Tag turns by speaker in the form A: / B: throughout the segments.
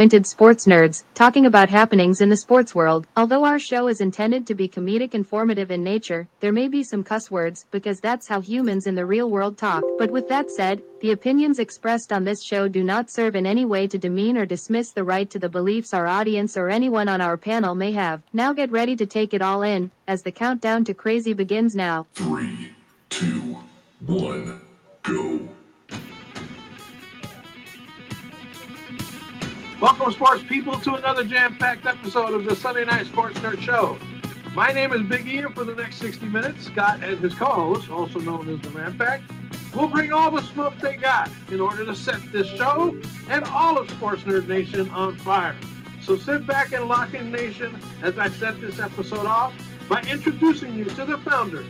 A: Vintage sports nerds, talking about happenings in the sports world. Although our show is intended to be comedic and formative in nature, there may be some cuss words because that's how humans in the real world talk. But with that said, the opinions expressed on this show do not serve in any way to demean or dismiss the right to the beliefs our audience or anyone on our panel may have. Now get ready to take it all in, as the countdown to crazy begins now.
B: Three, two, one, go.
C: Welcome, sports people, to another jam-packed episode of the Sunday Night Sports Nerd Show. My name is Big E, and for the next 60 minutes, Scott and his co-host, also known as the Man Pack, will bring all the smoke they got in order to set this show and all of Sports Nerd Nation on fire. So sit back and lock in, Nation, as I set this episode off by introducing you to the founder,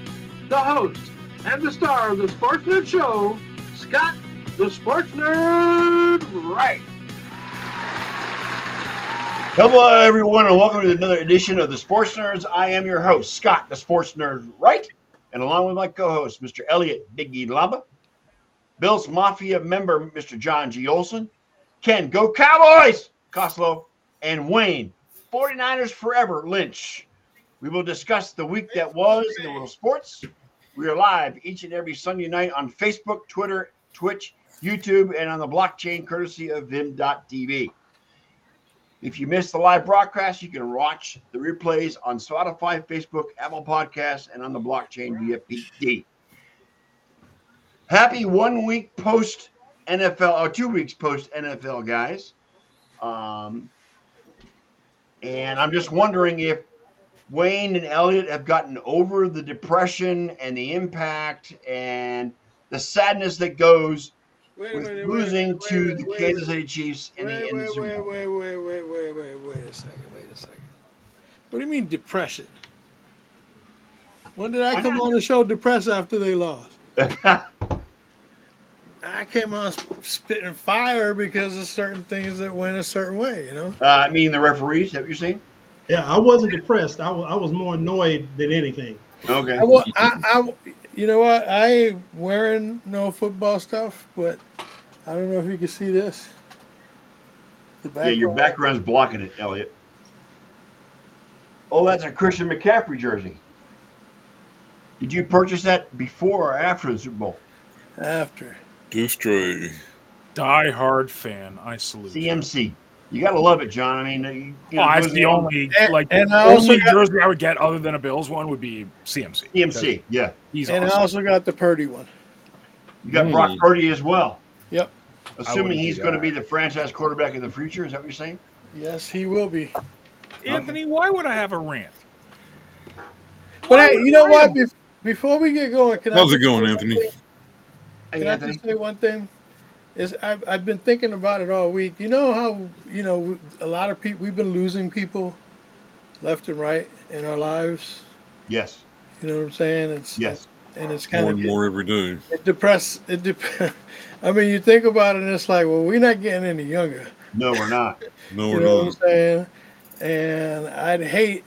C: the host, and the star of the Sports Nerd Show, Scott the Sports Nerd Right.
D: Hello, everyone, and welcome to another edition of the Sports Nerds. I am your host, Scott, the Sports Nerd, right? And along with my co host, Mr. Elliot Biggie Laba, Bill's Mafia member, Mr. John G. Olson, Ken Go Cowboys Coslow, and Wayne 49ers Forever Lynch. We will discuss the week that was in the world of sports. We are live each and every Sunday night on Facebook, Twitter, Twitch, YouTube, and on the blockchain courtesy of Vim.tv. If you missed the live broadcast, you can watch the replays on Spotify, Facebook, Apple Podcasts, and on the blockchain via PD. Happy one week post NFL, or two weeks post NFL, guys. Um, and I'm just wondering if Wayne and Elliot have gotten over the depression and the impact and the sadness that goes
E: Wait a
D: with
E: minute, wait a
D: losing
E: minute,
D: to
E: wait a
D: the
E: minute,
D: Kansas City Chiefs in
E: wait,
D: the
E: wait,
D: end of the Super
E: wait,
D: Bowl.
E: wait, wait, wait, wait, wait, wait a second, wait a second. What do you mean depression? When did I
D: I'm
E: come
D: not-
E: on the show depressed after they lost? I came on sp- spitting fire because of certain things that went a certain way, you know.
D: Uh, I mean, the referees. Have you seen?
F: Yeah, I wasn't depressed. I wa- I was more annoyed than anything.
D: Okay.
E: I, wa- I, I, you know what? I ain't wearing no football stuff, but I don't know if you can see this. The
D: Yeah, your background's blocking it, Elliot. Oh, that's a Christian McCaffrey jersey. Did you purchase that before or after the Super Bowl?
E: after.
G: Destroy.
H: Die hard fan. I salute. you.
D: CMC. You gotta love it, John. I mean, you, you
H: Oh,
D: know,
H: it's the only
E: And-
H: like
E: and I also
H: only
E: got-
H: jersey I would get other than a Bills one would be CMC.
D: CMC. Yeah,
H: He's
E: and I
H: awesome.
E: also got the Purdy one.
D: you got Brock Purdy as well.
E: Mm. Yep.
D: Assuming
H: wouldn't
D: he's
H: do
D: going to
H: that.
D: be the franchise quarterback in the future, is that what you're saying?
E: Yes, he will be.
H: Anthony, why would I have a rant?
E: But hey, you know what? Bef- Before we get going, can
G: How's
E: I
G: it going, Anthony?
D: Hey,
E: Can I
D: Anthony.
E: just say one thing? Is I've, I've been thinking about it all week. You know how you know a lot of people we've been losing people left and right in our lives.
D: Yes.
E: You know what I'm saying? It's
D: Yes.
E: and it's kind
G: More
E: of
G: and more every day.
E: it depress. It dep- I mean, you think about it, and it's like, well, we're not getting any younger.
D: No, we're not.
G: No,
E: You
G: we're
E: know what I'm
G: not.
E: saying? And I'd hate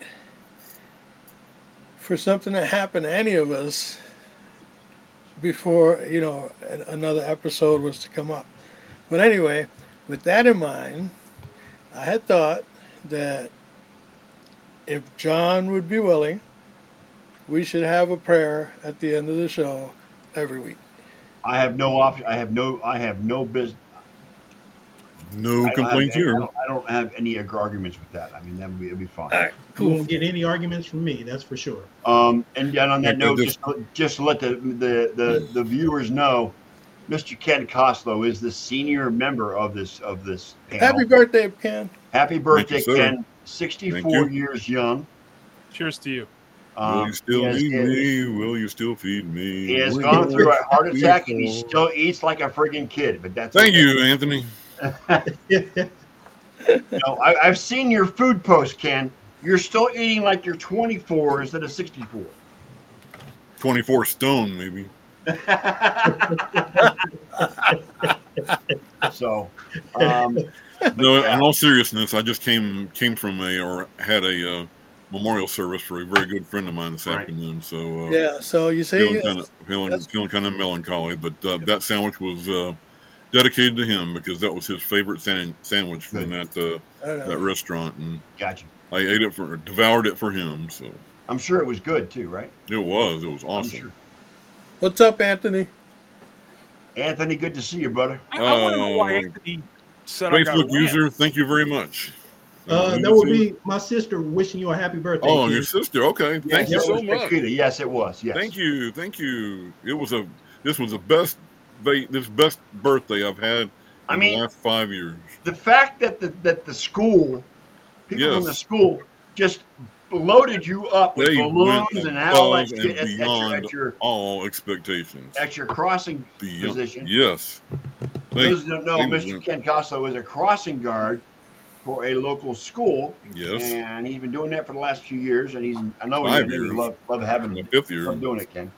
E: for something to happen to any of us before, you know, an- another episode was to come up. But anyway, with that in mind, I had thought that if John would be willing, we should have a prayer at the end of the show every week.
D: I have no option. I have no. I have no business.
G: No
D: I don't have
G: complaints
D: any- I
G: here.
D: don't, I don't have any arguments with that. I mean, that would be, it'd be fine.
F: You won't get any arguments from me, that's for sure.
D: Um, and, and on that
G: Yeah,
D: note,
G: this-
D: just just to let the the, the the viewers know, Mr. Ken Costlow is the senior member of this of this panel.
E: Happy birthday, Ken.
D: Happy birthday,
G: Thank you, sir.
D: Ken!
G: you.
D: Sixty-four years young.
H: Cheers to you.
G: Will
D: Um,
G: you still
D: he
G: need
D: has-
G: me? Will you still feed me?
D: He has
G: Will
D: gone
G: you
D: through a heart
G: feed
D: attack, and he
G: me?
D: still eats like a friggin' kid. But that's
G: Thank
D: okay.
G: you, Anthony.
D: No, I, I've seen your food post, Ken. You're still eating like you're 24 instead of 64.
G: 24 stone, maybe.
D: so, um,
G: No, in all seriousness, I just came came from a or had a uh, memorial service for a very good friend of mine this
D: Right.
G: afternoon. So uh,
E: Yeah, so you see,
G: feeling kind of feeling, feeling kind of melancholy, but uh, that sandwich was uh, dedicated to him because that was his favorite san- sandwich from that uh,
E: I don't
G: that
E: know.
G: restaurant, and
D: Gotcha.
G: I ate it for devoured it for him. So
D: I'm sure it was good too, right?
G: it was it was
D: I'm
G: awesome.
D: sure.
E: What's up, Anthony?
D: Anthony, good to see you, brother.
H: I, I want to know why
G: Uh,
H: Anthony said I got a
G: Facebook
H: rant.
G: user, thank you very much.
F: Uh, that would be my sister wishing you a happy birthday.
G: Oh,
F: kid.
G: your sister. Okay, thank you
D: Yes,
G: so
D: it was
G: much.
D: tequila. Yes, it was. Yes.
G: Thank you, thank you. It was a this was the best va- this best birthday I've had.
D: I
G: in
D: mean-
G: the last five years.
D: The fact that the that the school, people from
G: Yes.
D: the school, just loaded you up with
G: They
D: balloons
G: went
D: and,
G: above
D: all that
G: and
D: shit at, at your,
G: beyond
D: at your
G: all expectations.
D: at your crossing.
G: Beyond-
D: position.
G: Yes. They-
D: Those who don't know,
G: thank you.
D: Mr. Ken Costo is a crossing guard for a local school,
G: yes.
D: and he's been doing that for the last few years. And he's I know he's
G: Five
D: really
G: years.
D: love love
G: In
D: having
G: the fifth year.
D: love doing it, Ken.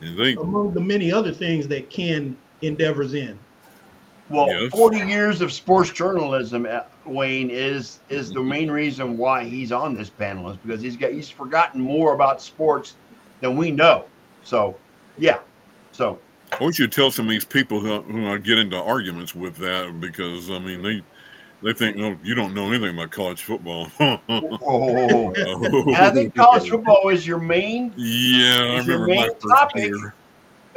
G: And they
F: Among the many other things that Ken endeavors in.
D: Well,
G: Yes.
D: 40 years of sports journalism, uh, Wayne, is is
G: Mm-hmm.
D: the main reason why he's on this panel is because he's got he's forgotten more about sports than we know. So, yeah. So,
G: I want you to tell some of these people who, who I get into arguments with that because I mean they they think no you don't know anything about college football.
D: oh, and I think college football is your main
G: Yeah, I
D: is your
G: remember
D: main
G: my first
D: topic.
G: year.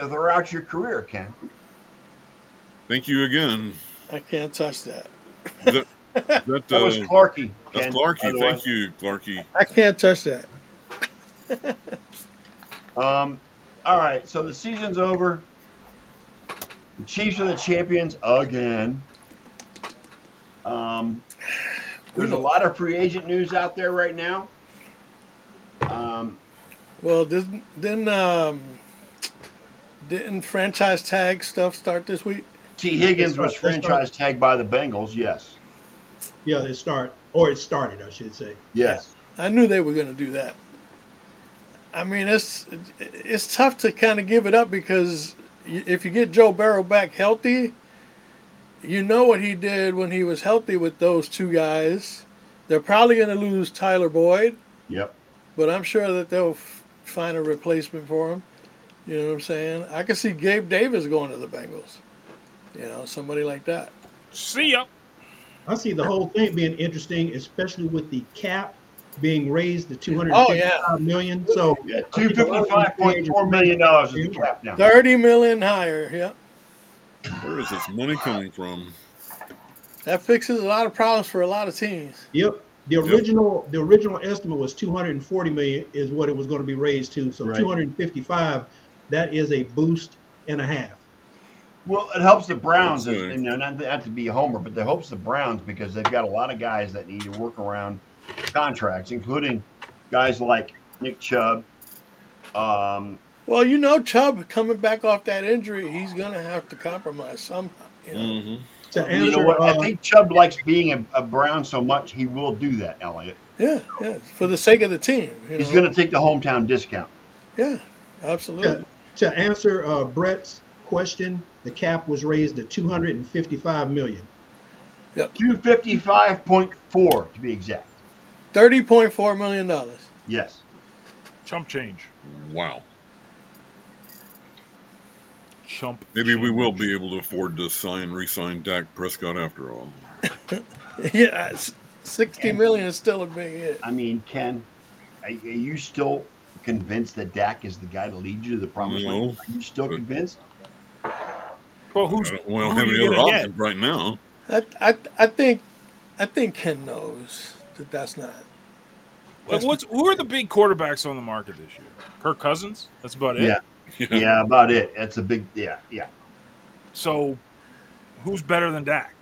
D: throughout your career, Ken.
G: Thank you again.
E: I can't touch that.
G: That,
D: That was
G: uh,
D: Clarky.
G: that's
D: Ken, by
G: Clarky.
D: the
G: Thank you, Clarky.
E: I can't touch that.
D: way. Um, all right. So the season's over. The Chiefs are the champions again. Um, there's a lot of free agent news out there right now. Um,
E: Well, didn't didn't um didn't franchise tag stuff start this week?
D: T. Higgins was
F: That's right, that's
D: franchise tagged by the Bengals. Yes.
F: Yeah, it start or it started, I should say.
D: Yes.
E: I knew they were going to do that. I mean, it's it's tough to kind of give it up because y- if you get Joe Barrow back healthy, you know what he did when he was healthy with those two guys. They're probably going to lose Tyler Boyd,
D: Yep.
E: but I'm sure that they'll f- find a replacement for him. You know what I'm saying? I could see Gabe Davis going to the Bengals. You know, somebody like that.
H: See ya.
F: I see the whole thing being interesting, especially with the cap being raised to two hundred
E: Oh,
F: and
E: yeah.
F: fifty-five million. So
D: Yeah. Two fifty-five point four million dollars is the cap now.
E: Thirty million higher. Yeah,
G: Where is this money coming from?
E: that fixes a lot of problems for a lot of teams.
F: Yep. The
G: Yep.
F: original, the original estimate was 240 million is what it was going to be raised to. So
D: Right.
F: 255, that is a boost and a half.
D: Well, it helps the Browns,
G: Okay.
D: and and not, not to be a homer, but it helps the Browns because they've got a lot of guys that need to work around contracts, including guys like Nick Chubb. Um,
E: Well, you know, Chubb coming back off that injury, he's gonna have to compromise somehow. You know?
G: hmm
F: To
D: you know
F: answer,
D: what? I
F: uh,
D: think Chubb likes being a, a Brown so much he will do that, Elliot.
E: Yeah, yeah, for the sake of the team. You
D: He's
E: know?
D: going to take the hometown discount.
E: Yeah,
F: to,
E: absolutely.
F: to answer uh, Brett's question, the cap was raised to 255 million.
D: Two fifty-five point four to be exact.
E: Thirty point four million dollars.
D: Yes.
H: Chump change.
G: Wow.
H: Chump.
G: Maybe we will be able to afford to sign, re-sign Dak Prescott after all.
E: yeah, s- sixty million is still a big hit.
D: I mean, Ken, are, are you still convinced that Dak is the guy to lead you to the promised
G: No.
D: land? Are you still
G: But-
D: convinced?
G: I
H: Well, who's
G: don't, we don't
H: who
G: have
H: are
G: any
H: you
G: other
H: gonna get?
G: options right now.
E: I, I, I think, I think Ken knows that that's not.
H: Like, what's who are the big quarterbacks on the market this year? Kirk Cousins. That's about it.
D: Yeah. yeah, about it. That's a big yeah, yeah.
H: So, who's better than Dak?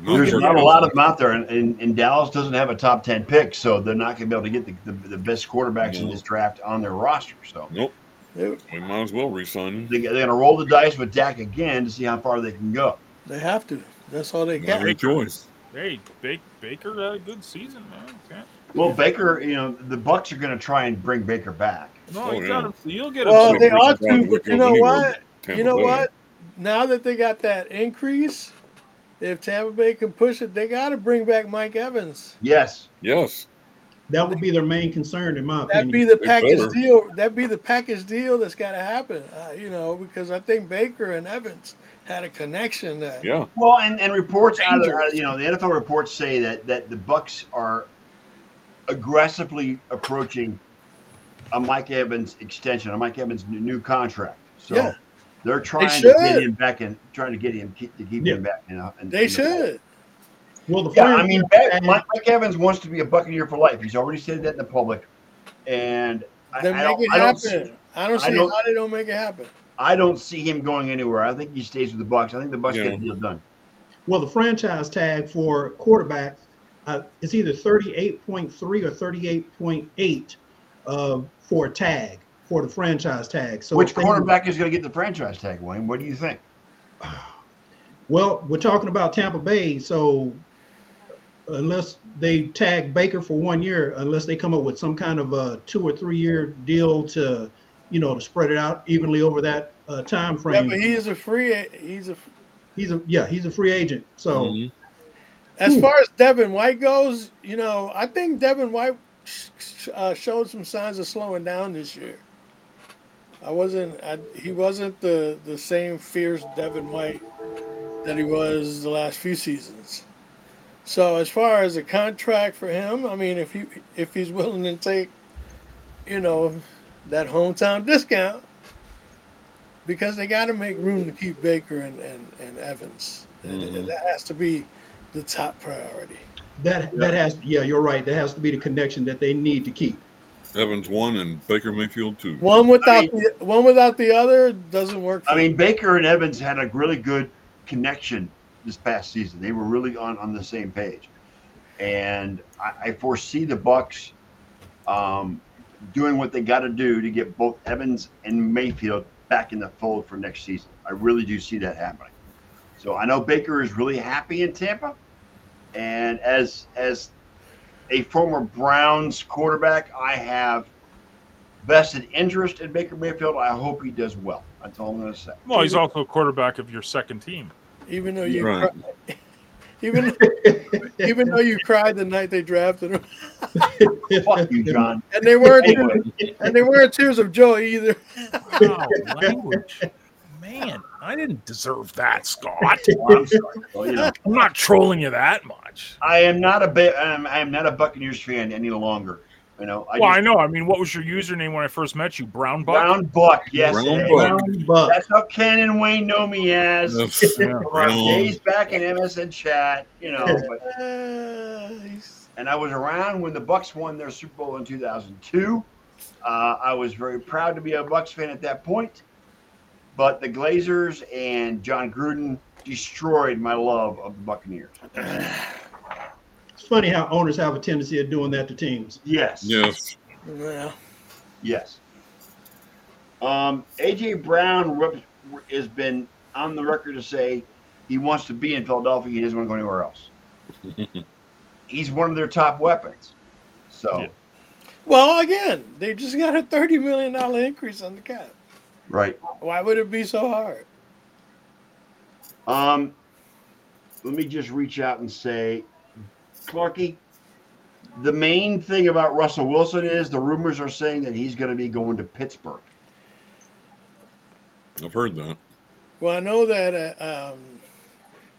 G: Not
D: There's
G: for
D: not a
G: us.
D: lot of them out there, and, and, and Dallas doesn't have a top ten pick, so they're not going to be able to get the, the, the best quarterbacks in
G: No.
D: this draft on their roster. So
G: Nope.
E: They,
G: We might as well re-sign him.
D: they, they're going to roll the dice with Dak again to see how far they can go.
E: they have to. That's all they
G: Not
E: got.
G: a choice.
H: Hey, Ba- Baker had a good season, man. Okay.
D: Well, Baker, you know, the Bucks are going to try and bring Baker back.
H: No,
G: Oh,
H: you
G: yeah.
H: got him. You'll get him.
E: Well,
G: So
E: they
G: we can
E: ought
G: probably
E: to, but you
G: go
E: know
G: anywhere
E: what?
G: but
E: you know
G: Tampa Bay.
E: what? Now that they got that increase, if Tampa Bay can push it, they got to bring back Mike Evans.
D: Yes,
G: Yes.
F: That would be their main concern, in my
E: That'd
F: opinion.
E: be the
G: It's
E: package
G: over.
E: deal. That'd be the package deal that's got to happen. Uh, you know, because I think Baker and Evans had a connection that
G: Yeah.
D: Well, and, and reports out of out of- you know the NFL reports say that that the Bucks are aggressively approaching a Mike Evans extension, a Mike Evans new, new contract. So
E: Yeah.
D: they're trying to
E: should.
D: get him back and trying to get him keep, to keep
F: Yeah.
D: him back. You know, and,
E: they
D: and-
E: should.
F: well, the
D: Yeah,
F: Flyers
D: I mean,
F: have
D: Ba-
F: had-
D: Mike, Mike Evans wants to be a Buccaneer for life. He's already said that in the public, and I,
E: Then
D: I
E: make
D: don't,
E: it
D: I don't see-
E: happen. I don't
D: I
E: see
D: don't-
E: how they don't make it happen.
D: I don't see him going anywhere. I think he stays with the Bucks. I think the Bucks
G: Yeah.
D: get the deal done.
F: Well, the franchise tag for quarterback uh, is either 38.3 or 38.8 uh, for a tag, for the franchise tag. So
D: Which
F: if they-
D: quarterback is going to get the franchise tag, Wayne? What do you think?
F: Well, we're talking about Tampa Bay. So unless they tag Baker for one year, unless they come up with some kind of a two or three year deal to, you know, to spread it out evenly over that uh, time
E: Yeah,
F: frame.
E: but he is a free. a- He's a.
F: he's a yeah, he's a free agent. So
G: Mhm.
E: As
F: Hmm.
E: far as Devin White goes, you know, I think Devin White sh- sh- uh, showed some signs of slowing down this year. I wasn't. I, he wasn't the the same fierce Devin White that he was the last few seasons. So as far as a contract for him, I mean, if he if he's willing to take, you know, that hometown discount, because they got to make room to keep Baker and and, and Evans. And- and
G: Mhm.
E: that has to be the top priority.
F: that that has yeah, you're right. That has to be the connection that they need to keep.
G: Evans one and Baker Mayfield two.
E: One without
D: I mean-
E: the one without the other doesn't work.
D: I
E: for
D: mean, Baker and Evans had a really good connection this past season. They were really on on the same page, and I, I foresee the Bucks um, doing what they got to do to get both Evans and Mayfield back in the fold for next season. I really do see that happening. So I know Baker is really happy in Tampa, and as as a former Browns quarterback, I have vested interest in Baker Mayfield. I hope he does well. That's all I'm going to say.
H: Well, he's also a quarterback of your second team.
E: even though you
G: Right.
E: cri- even even though you cried the night they drafted him,
D: Fuck you, John.
E: and they weren't
D: Anyway,
E: and they weren't tears of joy either.
H: Wow, language. Man, I didn't deserve that, Scott.
D: I'm sorry. Well, you know,
H: I'm not trolling you that much.
D: I am not a ba- I'm, I am not a Buccaneers fan any longer. You know, I
H: well, I
D: just,
H: know. I mean, what was your username when I first met you? Brown Buck?
D: Brown Buck. Yes,
G: Brown
D: hey,
G: Buck.
F: Brown Buck.
D: that's how Ken and Wayne know me as.
G: That's-
H: Yeah.
D: From our
G: Brown.
D: days back in MSN chat, you know, but,
E: Uh, he's-
D: and I was around when the Bucks won their Super Bowl in 2002. Uh, I was very proud to be a Bucks fan at that point, but the Glazers and John Gruden destroyed my love of the Buccaneers.
F: It's funny how owners have a tendency of doing that to teams.
D: Yes.
G: Yes.
E: well,
D: Yes. Um, AJ Brown rep- has been on the record to say he wants to be in Philadelphia. He doesn't want to go anywhere else. He's one of their top weapons. So
H: Yeah.
E: well, again, they just got a thirty million dollar increase on the cap.
D: right.
E: Why would it be so hard?
D: Um, let me just reach out and say, Clarky, the main thing about Russell Wilson is the rumors are saying that he's going to be going to Pittsburgh.
G: I've heard that.
E: Well, I know that uh, um,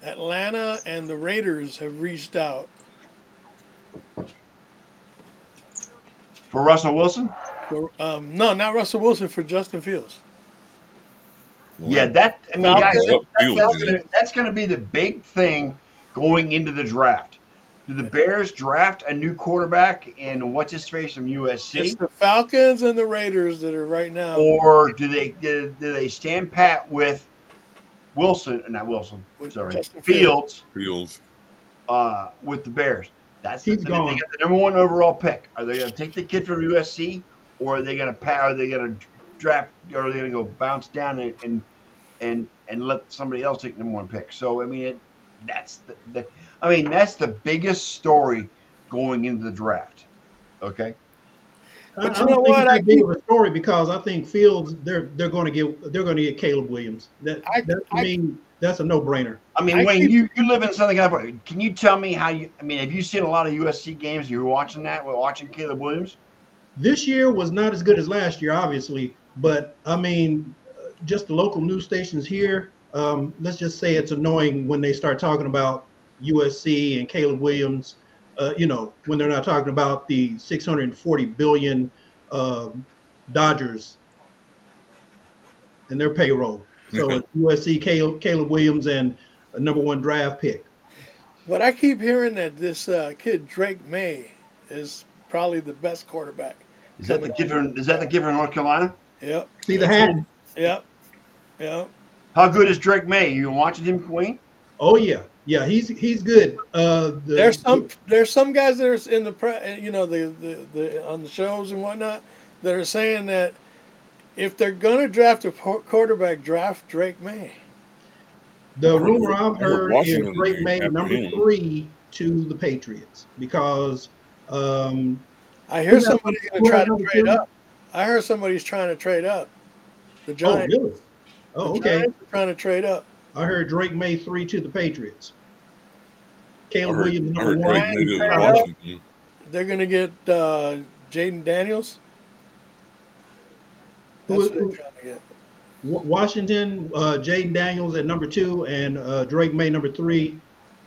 E: Atlanta and the Raiders have reached out.
D: For Russell Wilson,
E: For, um, no, not Russell Wilson for Justin Fields.
G: Well,
D: Yeah, that I mean,
E: Falcons.
D: guys, that-
G: Upfield,
D: that's,
G: yeah.
D: gonna, that's gonna be the big thing going into the draft. Do the Bears draft a new quarterback and what's his face from
E: It's
D: USC,
E: the Falcons and the Raiders that are right now
F: Oh,
D: or do they do, do they stand pat with Wilson? Not Wilson,
E: With
D: sorry,
E: Justin
D: Fields
G: Fields.
D: uh, with the Bears. That's the
F: He's
D: thing.
F: gone.
D: They got the number one overall pick. Are they gonna take the kid from USC, or are they gonna pa- Are they gonna draft? Or are they gonna go bounce down and and and, and let somebody else take number one pick? So I mean, it, that's the, the I mean that's the biggest story going into the draft. Okay.
F: I-
E: But
F: I
E: you
F: don't
E: know
F: think
E: what?
F: it's
E: I
F: that big of a story because I think Fields they're they're going to get they're going to get Caleb Williams. That
E: I-
F: that to
E: I-
F: me that's a no brainer.
D: I mean,
E: I
D: Wayne,
E: keep-
D: you, you live in Southern California. Can you tell me how you? I mean, have you seen a lot of USC games? You were watching that. We're watching Caleb Williams.
F: This year was not as good as last year, obviously, but I mean, uh, just the local news stations here. Um, let's just say it's annoying when they start talking about USC and Caleb Williams. Uh, you know, when they're not talking about the 640 billion um Dodgers and their payroll. So it's USC, Caleb, Caleb Williams, and a number one draft pick.
E: But I keep hearing that this uh, kid Drake May is probably the best quarterback.
D: Is that the kid from? Is that the kid from North Carolina?
E: Yep,
F: See the hat?
E: yep, yep.
D: How good is Drake May? You watching him, Wayne?
F: Oh yeah, yeah. He's he's good. Uh, the,
E: There's some there's some guys that are in the pre, uh, you know the, the the on the shows and whatnot that are saying that if they're gonna draft a por- quarterback, draft Drake May.
F: The
G: Remember-
F: rumor I've
G: remember
F: heard
G: Washington
F: is Drake
G: being
F: May
G: after
F: number
G: him.
F: three to the Patriots because um,
E: I hear
F: Who's that-
E: somebody's gonna
F: who's
E: try
F: that
E: to
F: number
E: trade
F: two?
E: up. I heard somebody's trying to trade up. The
F: oh
E: Giants,
F: really? Oh
E: the
F: okay.
E: Giants are trying to trade up.
F: I heard Drake May three to the Patriots.
G: I
F: Caleb
G: heard,
F: Williams
G: I
F: number
G: heard Drake
F: one.
G: May did
E: Brown.
G: Washington.
E: They're gonna get uh, Jaden Daniels. That's
F: Who-
E: what they're
F: who-
E: trying to get.
F: Wa- Washington, uh, Jaden Daniels at number two, and uh, Drake May number three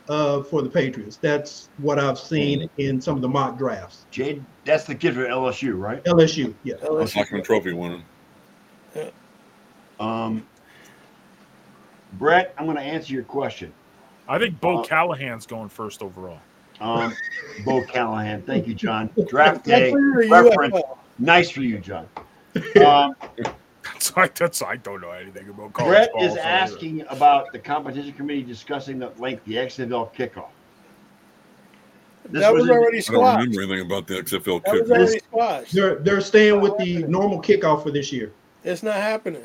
F: uh, for the Patriots. That's what I've
G: Mm.
F: seen in some of the mock drafts.
D: Jade, that's the kid from LSU, right?
F: LSU, yeah.
G: That's like a trophy winner.
D: Um, Brett, I'm going to answer your question.
H: I think Bo
D: Uh,
H: Callahan's going first overall.
D: Um, Bo Callahan, thank you, John. Draft day,
E: That's where the
D: reference.
E: UFO.
D: nice for you, John. Um,
H: That's like that's I don't know anything about college
D: Brett
H: ball,
D: is
H: so-
D: asking about the competition committee discussing at length the XFL kickoff. This
E: That was
D: was in-
E: already
G: I don't
E: squashed.
G: remember anything about the XFL
E: That was
G: kick.
E: already squashed.
F: They're they're staying with
D: Oh,
F: the normal kickoff for this year.
E: It's not happening.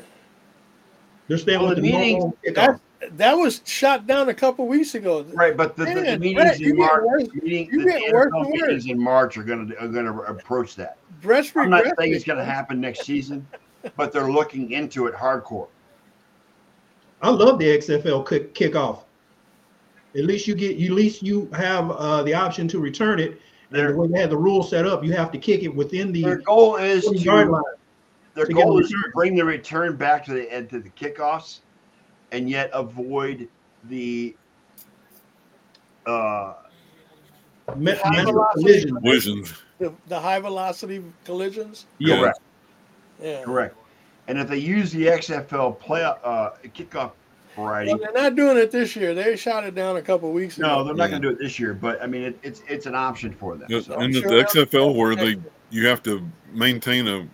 F: They're staying
D: Well,
F: with
D: the
F: the,
D: meetings-
F: normal kickoff.
E: That, that was shot down a couple weeks ago.
D: Right, but the, the, the
E: Man,
D: meetings
E: Brett, you
D: in
E: get
D: March,
E: worse-
D: meeting, the
E: you get worse
D: NFL
E: and worse.
D: meetings in March are going to are going to approach that.
E: Brett's
D: I'm not saying
E: regressing.
D: it's going to happen next season, but they're looking into it hardcore.
F: I love the XFL kick kickoff. At least you get, at least you have uh, the option to return it. And the
D: Their
F: way they had the rule set up, you have to kick it within
D: their
F: the
D: goal is
F: 40 yard
D: to
F: line.
D: Their
F: to get a
D: goal is to
F: return.
D: bring the return back to the end to the kickoffs, and yet avoid the uh,
F: Me-
E: High
F: measured
E: velocity.
F: collision.
G: Visions.
E: The, the high velocity collisions.
F: Yeah.
D: correct,
E: Yeah.
D: correct. And if they use the XFL play uh, kickoff variety,
E: Well, they're not doing it this year. They shot it down a couple weeks
D: no,
E: ago.
D: they're not going to do it this year. But I mean, it, it's it's an option for them.
G: Yes,
D: so.
G: and the XFL where they you have to maintain a,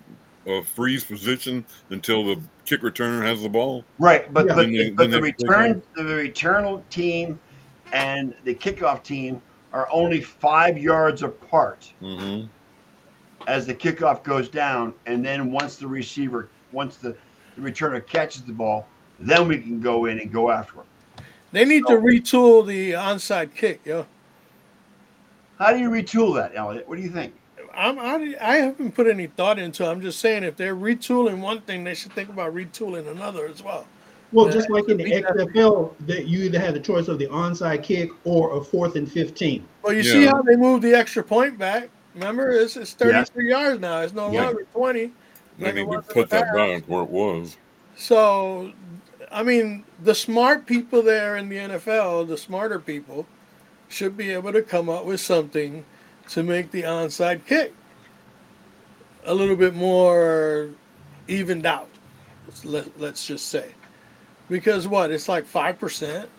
G: a freeze position until the kick returner has the ball.
D: Right, but
F: Yeah.
D: the,
G: Then they-
D: but
G: then
D: the
G: they-
D: return the return team and the kickoff team are only five yards apart
G: hmm
D: as the kickoff goes down, and then once the receiver once the, the returner catches the ball, then we can go in and go after him.
E: They need to retool the onside kick, yo.
D: How do you retool that, Elliot? What do you think?
E: I'm, I, I haven't put any thought into it. I'm just saying if they're retooling one thing, they should think about retooling another as well.
F: Well, just like in the
E: Yeah.
F: XFL, that you either had the choice of the onside kick or a fourth and fifteen.
E: Well, you see
G: Yeah.
E: how they moved the extra point back. Remember, it's, it's 33 yards now. It's no
G: Yeah.
E: longer 20.
G: They
E: Like it
G: need to
E: was in
G: put
E: the
G: that
E: past.
G: back where it was.
E: So, I mean, the smart people there in the NFL, the smarter people, should be able to come up with something to make the onside kick a little bit more evened out. Let, let's just say, because what it's like five percent,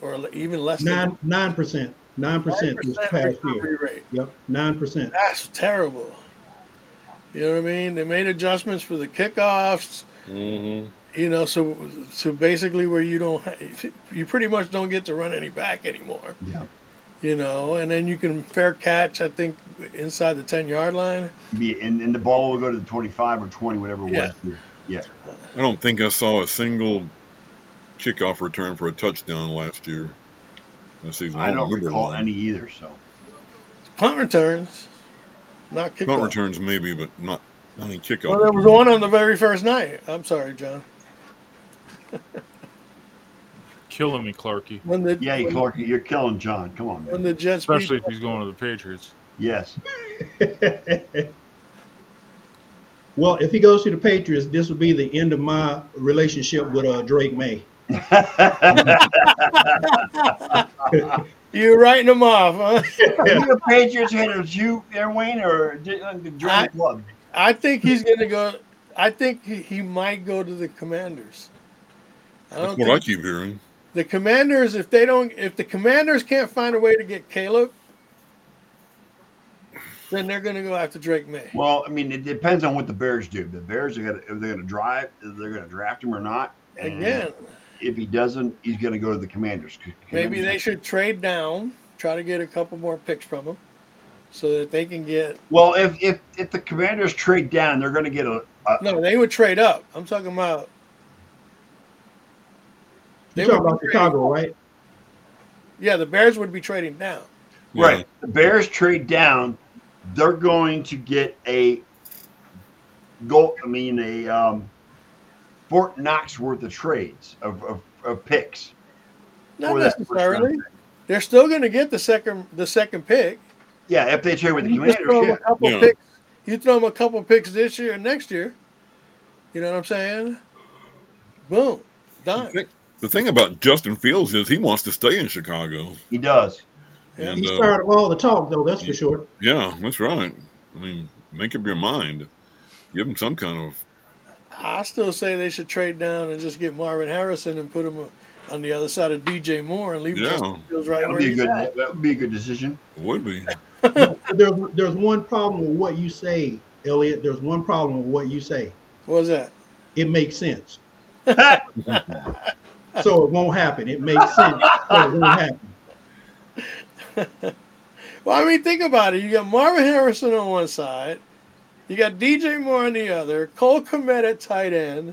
E: or le- even less
F: Nine nine percent.
E: than
F: Nine percent this past year.
E: recovery rate.
F: Yep. Nine percent.
E: That's terrible. You know what I mean? They made adjustments for the kickoffs
G: hmm
E: you know so so basically where you don't ha- you pretty much don't get to run any back anymore
D: Yeah.
E: you know and then you can fair catch i think inside the 10 yard line
D: Be and, and the ball will go to the twenty five or twenty, whatever it
E: Yeah.
D: was. Yeah.
G: I don't think I saw a single kickoff return for a touchdown last year. This season.
D: I don't
G: remember
D: recall
G: one.
D: any either, so
E: punt returns not kickoff
G: Punt returns maybe, but not not any kickoff.
E: well there was one on the very first night i'm sorry john
H: killing me, Clarky.
E: when the
D: Yeah,
E: when,
D: Clark, you're killing John. Come on, man.
E: when the Jets beat
H: Especially if he's going to the Patriots.
D: Yes.
F: well, if he goes to the Patriots, this will be the end of my relationship with uh, Drake May.
E: you're writing them off, huh?
D: Are you a Patriots hater? You there, Wayne, or did, uh, did you join
E: I-
D: the club?
E: I think he's going to go. I think he, he might go to the Commanders. I
G: That's
E: don't
G: what I
E: think
G: keep hearing.
E: the Commanders. If they don't, if the Commanders can't find a way to get Caleb, then they're going to go after Drake May.
D: Well, I mean, it depends on what the Bears do. The Bears are gonna if they're gonna drive, if they're gonna draft him or not. And
E: Again,
D: if he doesn't, he's gonna go to the Commanders.
E: maybe they should trade down, try to get a couple more picks from him, so that they can get.
D: Well, if if if the Commanders trade down, they're gonna get a. a
E: No, they would trade up. I'm talking about They
F: You're talking
E: were-
F: about Chicago, right?
E: yeah, the Bears would be trading down.
G: Yeah.
D: Right. The Bears trade down, they're going to get a goal. I mean, a um, Fort Knox worth of trades of, of, of picks.
E: Not
D: for that first round
E: necessarily.
D: pick.
E: They're still going to get the second the second pick.
D: Yeah, if they trade with the
E: You just
D: Commanders,
E: throw them
D: yeah.
E: a couple
G: Yeah.
E: picks. You throw them a couple picks this year and next year. You know what I'm saying? Boom, done.
G: The thing- the thing about Justin Fields is he wants to stay in Chicago.
D: he does.
E: Yeah.
G: And
F: He's
G: uh,
F: tired of all the talk, though. That's for sure.
G: yeah, that's right. I mean, make up your mind. Give him some kind of
E: I still say they should trade down and just get Marvin Harrison and put him on the other side of DJ Moore and leave
G: Yeah.
E: Justin Fields right
D: That would
E: where
D: be a
E: he's
D: good.
E: at.
D: That would be a good decision.
G: would be.
F: There's there's one problem with what you say, Elliot. There's one problem with what you say.
E: What was that?
F: It makes sense. so it won't happen. It makes sense. So it won't happen.
E: Well, I mean, think about it. You got Marvin Harrison on one side, you got DJ Moore on the other, Cole Komet at tight end.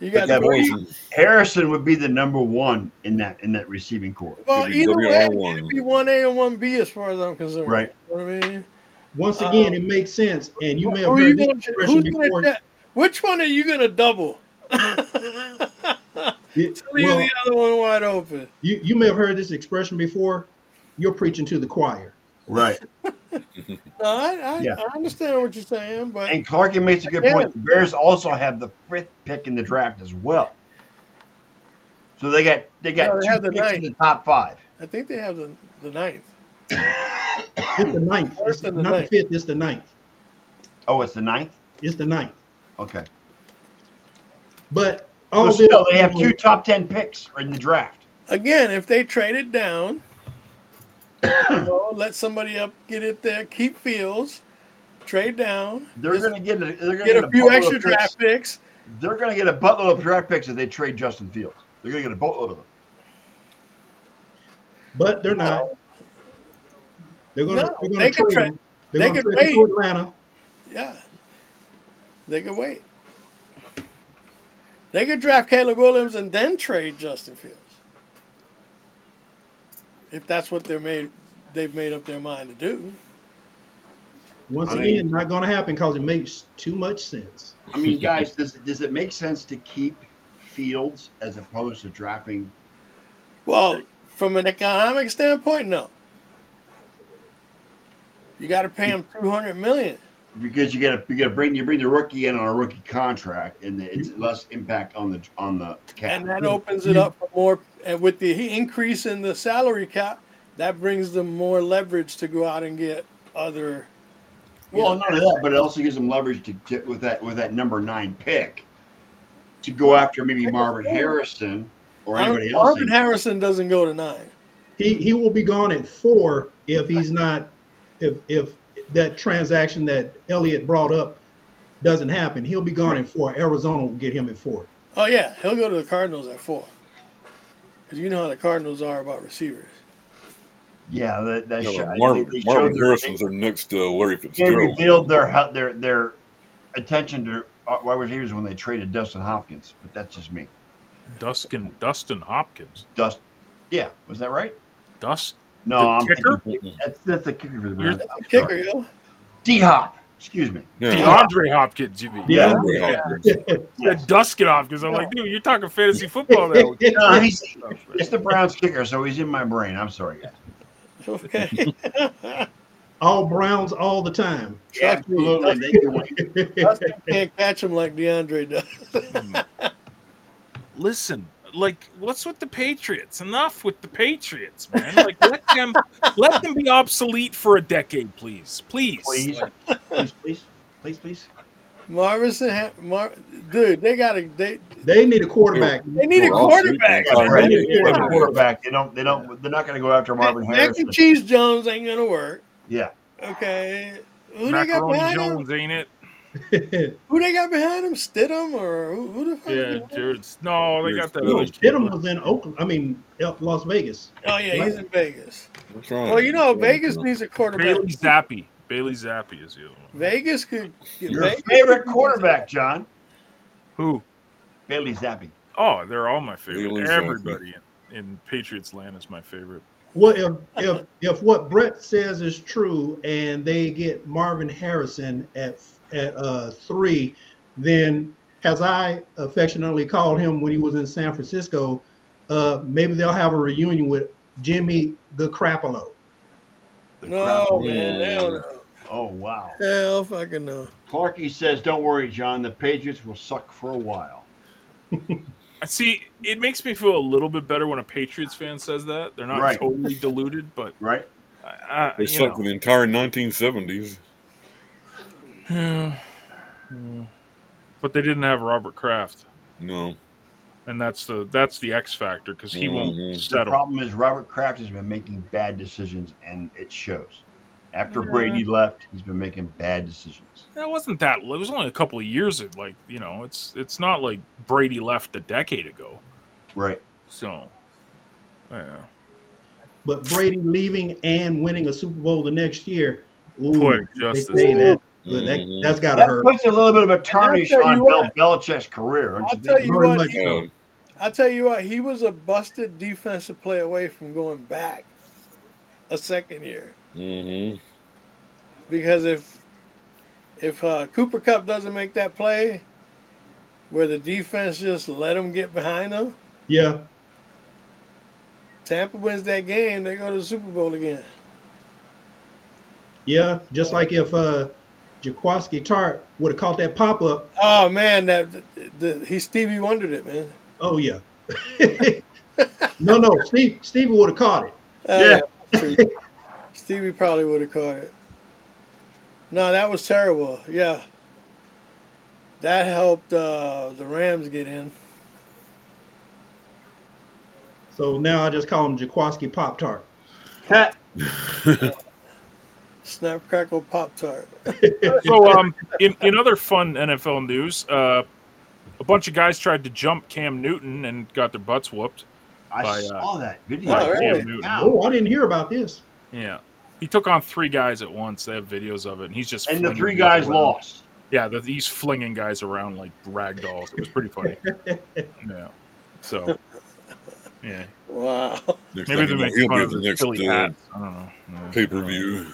E: You got
D: that boy-
G: Harrison,
D: Harrison would be the number one in that in that receiving core.
E: well,
G: it'd be
E: either way,
G: WR1.
E: it'd be one A and one B as far as I'm concerned.
D: Right.
E: You know what I mean?
F: Once again, it makes sense. And you may
E: Who
F: have
E: are
F: heard
E: you
F: this
E: gonna-
F: expression
E: who's gonna
F: before.
E: check- which one are you going to double? Leave
F: It- well,
E: the other one wide open.
F: you, you may have heard this expression before. You're preaching to the choir.
D: Right.
E: No, I, I,
D: Yeah.
E: I understand what you're saying, but
D: And Clark makes a good
E: Yeah.
D: point. The Bears also have the fifth pick in the draft as well. So they got they
E: No,
D: got
E: they have
D: two
E: the
D: picks in
E: ninth.
D: the top five.
E: I think they have the, the ninth.
F: It's the ninth.
E: Worse
F: It's
E: than the
F: not the
E: ninth.
F: fifth. It's the ninth.
D: Oh, it's the ninth.
F: It's the ninth.
D: Okay.
F: But
D: So
F: all this,
D: still, they have two top ten picks in the draft.
E: Again, if they trade it down, you know, let somebody up get it there, keep Fields, trade down,
D: They're
E: just
D: going to get a, they're going to
E: get a few
D: buttload
E: extra
D: of picks.
E: draft picks.
D: They're going to get a buttload of draft picks if they trade Justin Fields. They're going to get a boatload of them.
F: But they're not. They're gonna.
E: No,
F: they're
E: they
F: gonna
E: can
F: trade.
E: tra-
F: them. They're
E: they
F: gonna
E: can
F: trade them
E: wait.
F: to Atlanta.
E: Yeah, they could wait. They could draft Caleb Williams and then trade Justin Fields, if that's what they're made. They've made up their mind to do.
F: Once
D: I mean-
F: again, not gonna happen because it makes too much sense.
D: I mean, guys, does does it make sense to keep Fields as opposed to drafting?
E: Well, from an economic standpoint, no. You got to pay him two hundred million.
D: Because you got to you got to bring you bring the rookie in on a rookie contract, and it's less impact on the on the cap.
E: And that opens it up for more. And with the increase in the salary cap, that brings them more leverage to go out and get other.
D: Well, not only that, but it also gives them leverage to, to with that with that number nine pick to go after maybe Marvin Harrison or anybody else.
E: Marvin Harrison doesn't go to nine.
F: He he will be gone at four if he's not if if that transaction that Elliot brought up doesn't happen. He'll be gone at four. Arizona will get him at four.
E: Oh yeah, he'll go to the Cardinals at four. Because you know how the Cardinals are about receivers.
D: Yeah, that, that showed- I
G: Marvin,
D: think they showed
G: Marvin
D: their-
G: Harrison's are next to Larry
D: They
G: Fitzgerald.
D: revealed their hu- their their attention to uh, wide receivers when they traded Dustin Hopkins, but that's just me.
H: Dustin Dustin Hopkins.
D: Dust, yeah, was that right?
H: Dust
D: No,
H: The
D: I'm
H: kicker?
D: thinking- that's that's the kicker for the
H: You're
D: Browns.
E: Kicker, yo.
D: D Hop, Excuse me.
G: Yeah.
H: DeAndre Hopkins, you mean?
F: Yeah.
H: Yeah, Dustin Hopkins. I'm like, dude, you're talking fantasy football now.
D: No, he's, it's the Browns kicker, so he's in my brain. I'm sorry, guys.
E: Okay.
F: all Browns all the time.
D: Absolutely. They can win.
E: Dustin can't catch him like DeAndre does.
H: Listen, like, what's with the Patriots? Enough with the Patriots, man. Like, let them let them be obsolete for a decade, please, please.
D: Please.
H: Like,
D: Please, please, please, please.
E: Marvin, Ha- Mar- dude, they got to they
F: They need a quarterback.
E: they need a
G: We're all sitting
E: quarterback.
G: there.
D: Right.
F: They need a
D: They have a
F: quarterback.
D: quarterback. They don't. They don't. They're not going to go after Marvin
E: Mac
D: Harris.
E: and Cheese Jones ain't gonna work.
D: Yeah.
E: Okay, who they got
H: Macaroni
E: behind him?
H: Jones, ain't it?
E: Who they got behind him? Stidham or who, who the fuck?
H: Yeah, dude. No, they got that.
F: No,
H: Other
F: Stidham was in Oakland. I mean, El- Las Vegas.
E: Oh yeah, he's in Vegas.
G: What's wrong?
E: Well, you know Vegas needs a quarterback.
H: Bailey Zappi. Bailey Zappi is the other one.
E: Vegas could.
D: Your
E: Vegas-
D: favorite quarterback, John
H: Who?
D: Bailey Zappi.
H: Oh, they're all my favorite.
G: Bailey Zappi.
H: Everybody in, in Patriots land is my favorite.
F: Well, if, if if what Brett says is true, and they get Marvin Harrison at at uh, three, then as I affectionately called him when he was in San Francisco, uh, maybe they'll have a reunion with Jimmy Garoppolo.
E: No man, hell no.
D: Oh wow.
E: Hell fucking no.
D: Clarky says, "Don't worry, John. The Patriots will suck for a while."
H: I See, it makes me feel a little bit better when a Patriots fan says that. They're not
D: Right.
H: totally deluded, but
D: Right?
H: I, I,
G: They
H: you
E: uh,
G: sucked for
H: know.
G: the entire 1970s.
H: Yeah. Yeah. But they didn't have Robert Kraft,
G: No.
H: and that's the that's the X factor because he
G: Mhm.
H: won't
D: The
H: settle.
D: problem is Robert Kraft has been making bad decisions, and it shows. After Brady left, he's been making bad decisions.
H: That wasn't that. It was only a couple of years. Of, like you know, it's it's not like Brady left a decade ago.
D: Right.
H: So, yeah.
F: But Brady leaving and winning a Super Bowl the next year, ooh,
H: Quick
F: they
H: justice.
F: say that, but that,
G: Mhm.
F: has got to
D: That
F: hurt.
D: puts a little bit of a tarnish
E: tell you
D: on Bill
E: what.
D: Belichick's career. don't
E: I'll
D: you
E: tell
D: think?
E: you
F: Very
E: what.
F: much.
E: He,
G: Yeah.
E: I'll tell you what. He was a busted defensive play away from going back a second year
G: Mhm.
E: because if if uh, Cooper Cup doesn't make that play where the defense just let him get behind them,
F: Yeah,
E: Tampa wins that game. They go to the Super Bowl again.
F: yeah. Just like if uh, Jaquaski Tart would have caught that pop up
E: Oh man, that the, he Stevie wondered it, man.
F: Oh yeah. no, no, Steve Stevie would have caught it.
E: Uh, yeah. Stevie probably would have caught it. No, that was terrible. Yeah. That helped uh, the Rams get in.
F: So now I just call him Jaquaski Pop Tart.
D: Cat,
E: Snap, crackle, pop tart.
H: so um in, in other fun NFL news, uh a bunch of guys tried to jump Cam Newton and got their butts whooped.
D: I
H: By, uh,
D: saw that video.
E: by Cam
D: Holy
H: Newton.
D: cow.
F: Oh, I didn't hear about this.
H: Yeah. He took on three guys at once. They have videos of it, and he's just
D: And the
H: flinging
D: three
H: people
D: guys
H: around.
D: lost.
H: Yeah, the, he's flinging guys around like rag dolls. It was pretty funny. yeah. So. Yeah.
E: Wow.
G: Next thing
H: Maybe they're
G: you know,
H: making
G: he'll
H: fun
G: be
H: of
G: the
H: the
G: next
H: Philly
G: uh,
H: Pats. I don't know. Yeah.
G: pay per view.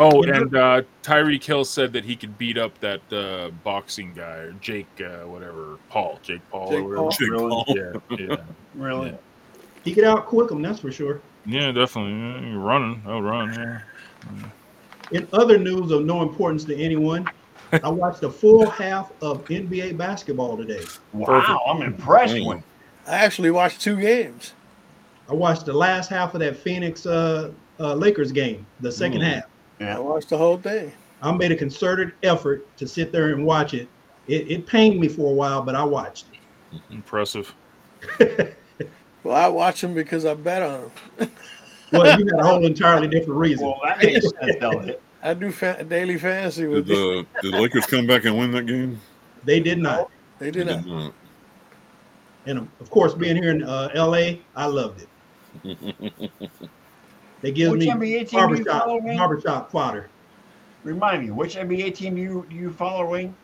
H: Oh, and uh, Tyreek Hill said that he could beat up that uh, boxing guy, or Jake, uh, whatever, Paul, Jake Paul,
E: Jake
H: or
E: Paul.
H: whatever.
G: Jake Paul.
H: Yeah, yeah,
D: Really?
H: Yeah.
F: He could out quick him, that's for sure.
H: yeah, definitely. Yeah, you're running. Oh, run. Yeah.
F: In other news of no importance to anyone, I watched the full half of NBA basketball today.
D: Wow,
H: Perfect.
D: I'm impressed
G: Mm.
D: with
E: I actually watched two games.
F: I watched the last half of that Phoenix uh, uh, Lakers game, the second
G: Mm.
F: half.
E: I watched the whole thing.
F: I made a concerted effort to sit there and watch it. It, it pained me for a while, but I watched it.
H: Impressive.
E: Well, I watched them because I bet on them.
F: Well, you had a whole entirely different reason.
D: Well, that makes sense, Elliot.
E: I do fa- daily fantasy
G: Did
E: with them.
G: the, did the Lakers come back and win that game?
F: they did not.
E: They
G: They
E: did not.
G: did not.
F: And um, of course, being here in uh, LA, I loved it. They give
D: Which
F: me
D: NBA team do you
F: barbershop,
D: follow, man?
F: barbershop fodder.
D: Remind me, which NBA team you you following?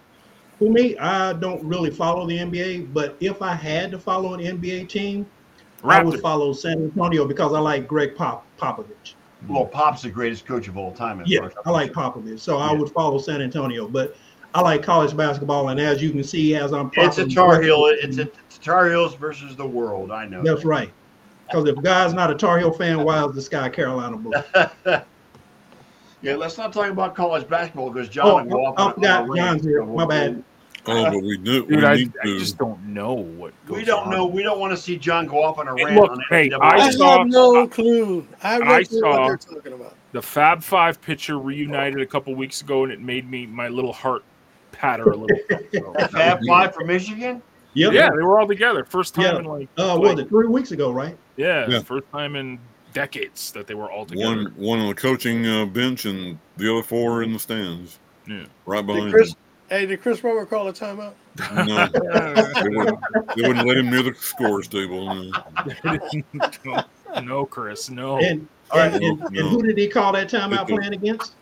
F: For me, I don't really follow the NBA, but if I had to follow an NBA team, I would
H: Raptors.
F: follow San Antonio because I like Greg Pop Popovich.
D: Well, Pop's the greatest coach of all time. as far
F: Yeah,
D: as I'm
F: I like
D: concerned.
F: Popovich, so I
D: Yeah.
F: would follow San Antonio, but I like college basketball, and as you can see, as I'm
D: It's a
F: properly-
D: Tar Heel. It's a it's Tar Heels versus the world. I know.
F: That's right. Because if God's not a Tar Heel fan, why is this guy a Carolina Blue?
D: yeah, let's not talk about college basketball because John
F: Oh,
D: would go off
F: I
D: on a-
F: forgot
D: on a rant.
F: John's here. My bad.
G: Oh, but we do.
H: Dude,
G: we
H: I,
G: need
H: I
G: to.
H: just don't know what. Goes
D: We don't
H: on.
D: know. We don't want to see John go off on a
H: Hey,
D: rant.
H: look,
D: on
H: hey,
D: NWA.
E: I,
H: I saw-
E: have no clue. I,
H: I
E: read
H: saw-
E: what they're talking about.
H: The Fab Five picture reunited a couple weeks ago, and it made me my little heart patter a little. So,
D: Fab Five from Michigan.
F: Yep.
H: yeah, they were all together. First time
F: Yeah.
H: in like
F: Uh, what was it three weeks ago, right?
H: yeah,
G: Yeah.
H: first time in decades that they were all together.
G: One one on the coaching uh, bench and the other four in the stands.
H: Yeah.
G: Right
E: Did
G: behind
E: Chris, hey, did Chris Webber call a timeout?
G: him. No, they, wouldn't, they wouldn't let him near the scores table. No.
H: no, no, Chris, no.
F: And, and,
G: no,
F: and, and
G: no.
F: who did he call that timeout
G: Duke.
F: playing against?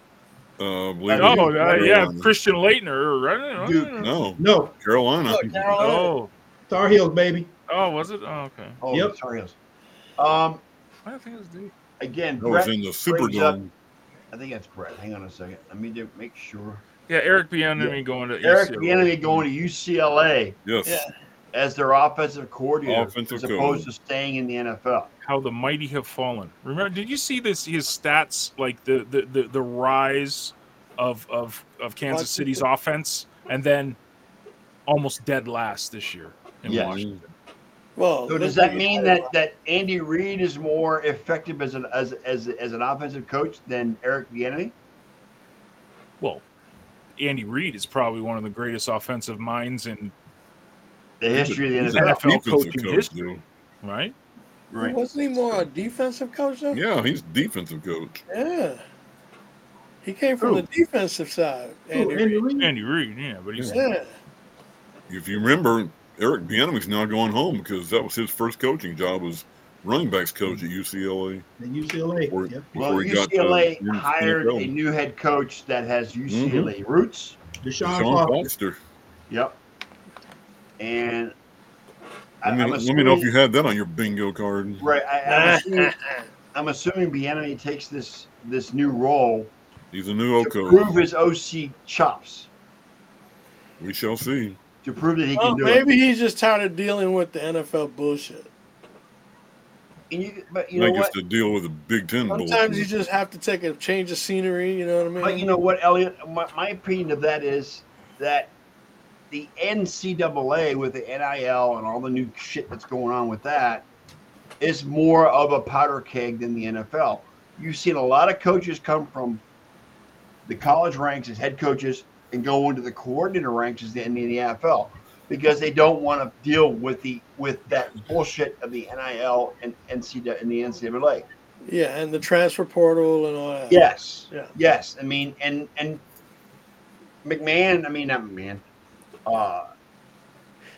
G: Uh, I believe it
H: No,
G: was
H: uh, yeah,
G: Carolina.
H: Christian Leitner. Or, I don't know.
D: Duke.
G: um, No,
F: No,
G: Carolina.
E: Look, Carolina.
H: Oh,
F: Tar Heels, baby.
H: oh, was it? Oh, okay.
D: Oh,
F: Yep.
D: Tar Heels. Um,
H: I don't think it was Duke.
D: again,
G: That was
D: Brett.
G: in the
D: brings up-
G: Superdome.
D: I think that's Brett. Hang on a second. Let me do, make sure.
H: Yeah, Eric Bieniemy going to E
D: Eric
H: UCLA.
D: Bieniemy going to UCLA
G: Yes.
D: as their offensive coordinator,
G: Offensive
D: as opposed
G: coordinator.
D: to staying in the NFL.
H: How the mighty have fallen. Remember? Did you see this? His stats, like the the the, the rise of of of Kansas City's offense, and then almost dead last this year in
D: Yes.
H: Washington.
E: Well,
D: So does
E: let's
D: that
E: take a
D: mean that
E: timeout.
D: that Andy Reid is more effective as an as as, as an offensive coach than Eric Bieniemy?
H: Well, Andy Reid is probably one of the greatest offensive minds in
D: The history of
G: He's
D: the
G: a
D: NFL,
H: NFL
G: defensive
H: coaching
G: coach,
H: history.
G: dude.
H: right.
D: right?
E: Wasn't he more a defensive coach though?
G: Yeah, he's defensive coach.
E: Yeah. He came from the
H: Who?
E: defensive side.
F: Ooh,
E: Andy.
F: Andy Reid.
H: Andy Reid, yeah, but he's
E: Yeah.
G: If you remember, Eric Bieniemy's now going home because that was his first coaching job was running backs coach at UCLA.
F: at UCLA.
G: Before,
F: Yep.
D: Well,
G: before he got to
D: UCLA
G: the
D: hired a
G: NFL.
D: new head coach that
G: Mm-hmm.
D: has UCLA roots.
F: Deshaun
G: Sean
F: Foster.
G: Foster.
D: Yep. And
G: Let me,
D: I'm
G: let me know if
D: assuming-
G: you had that on your bingo card.
D: Right. I, I'm assuming, I'm assuming Bieniemy takes this this new role
G: He's a new O
D: to prove
G: coach.
D: his OC chops,
G: We shall see.
D: to prove that he
E: Well,
G: Oh,
D: can do
E: maybe he's just tired of dealing with the NFL bullshit.
D: it. And you, but you know
G: Make us
D: what?
G: to deal with the Big Ten bowl.
E: Sometimes you just have to take a change of scenery. You know what I
D: But you
E: mean?
D: know what, Elliot? My, my opinion of that is that the NCAA with the NIL and all the new shit that's going on with that is more of a powder keg than the NFL. You've seen a lot of coaches come from the college ranks as head coaches and go into the coordinator ranks as the, in the NFL because they don't want to deal with the with that bullshit of the NIL and NCAA and the NCAA.
E: Yeah, and the transfer portal and all that.
D: Yes.
E: Yeah.
D: Yes. I mean, and and McMahon. I mean, not McMahon. Uh,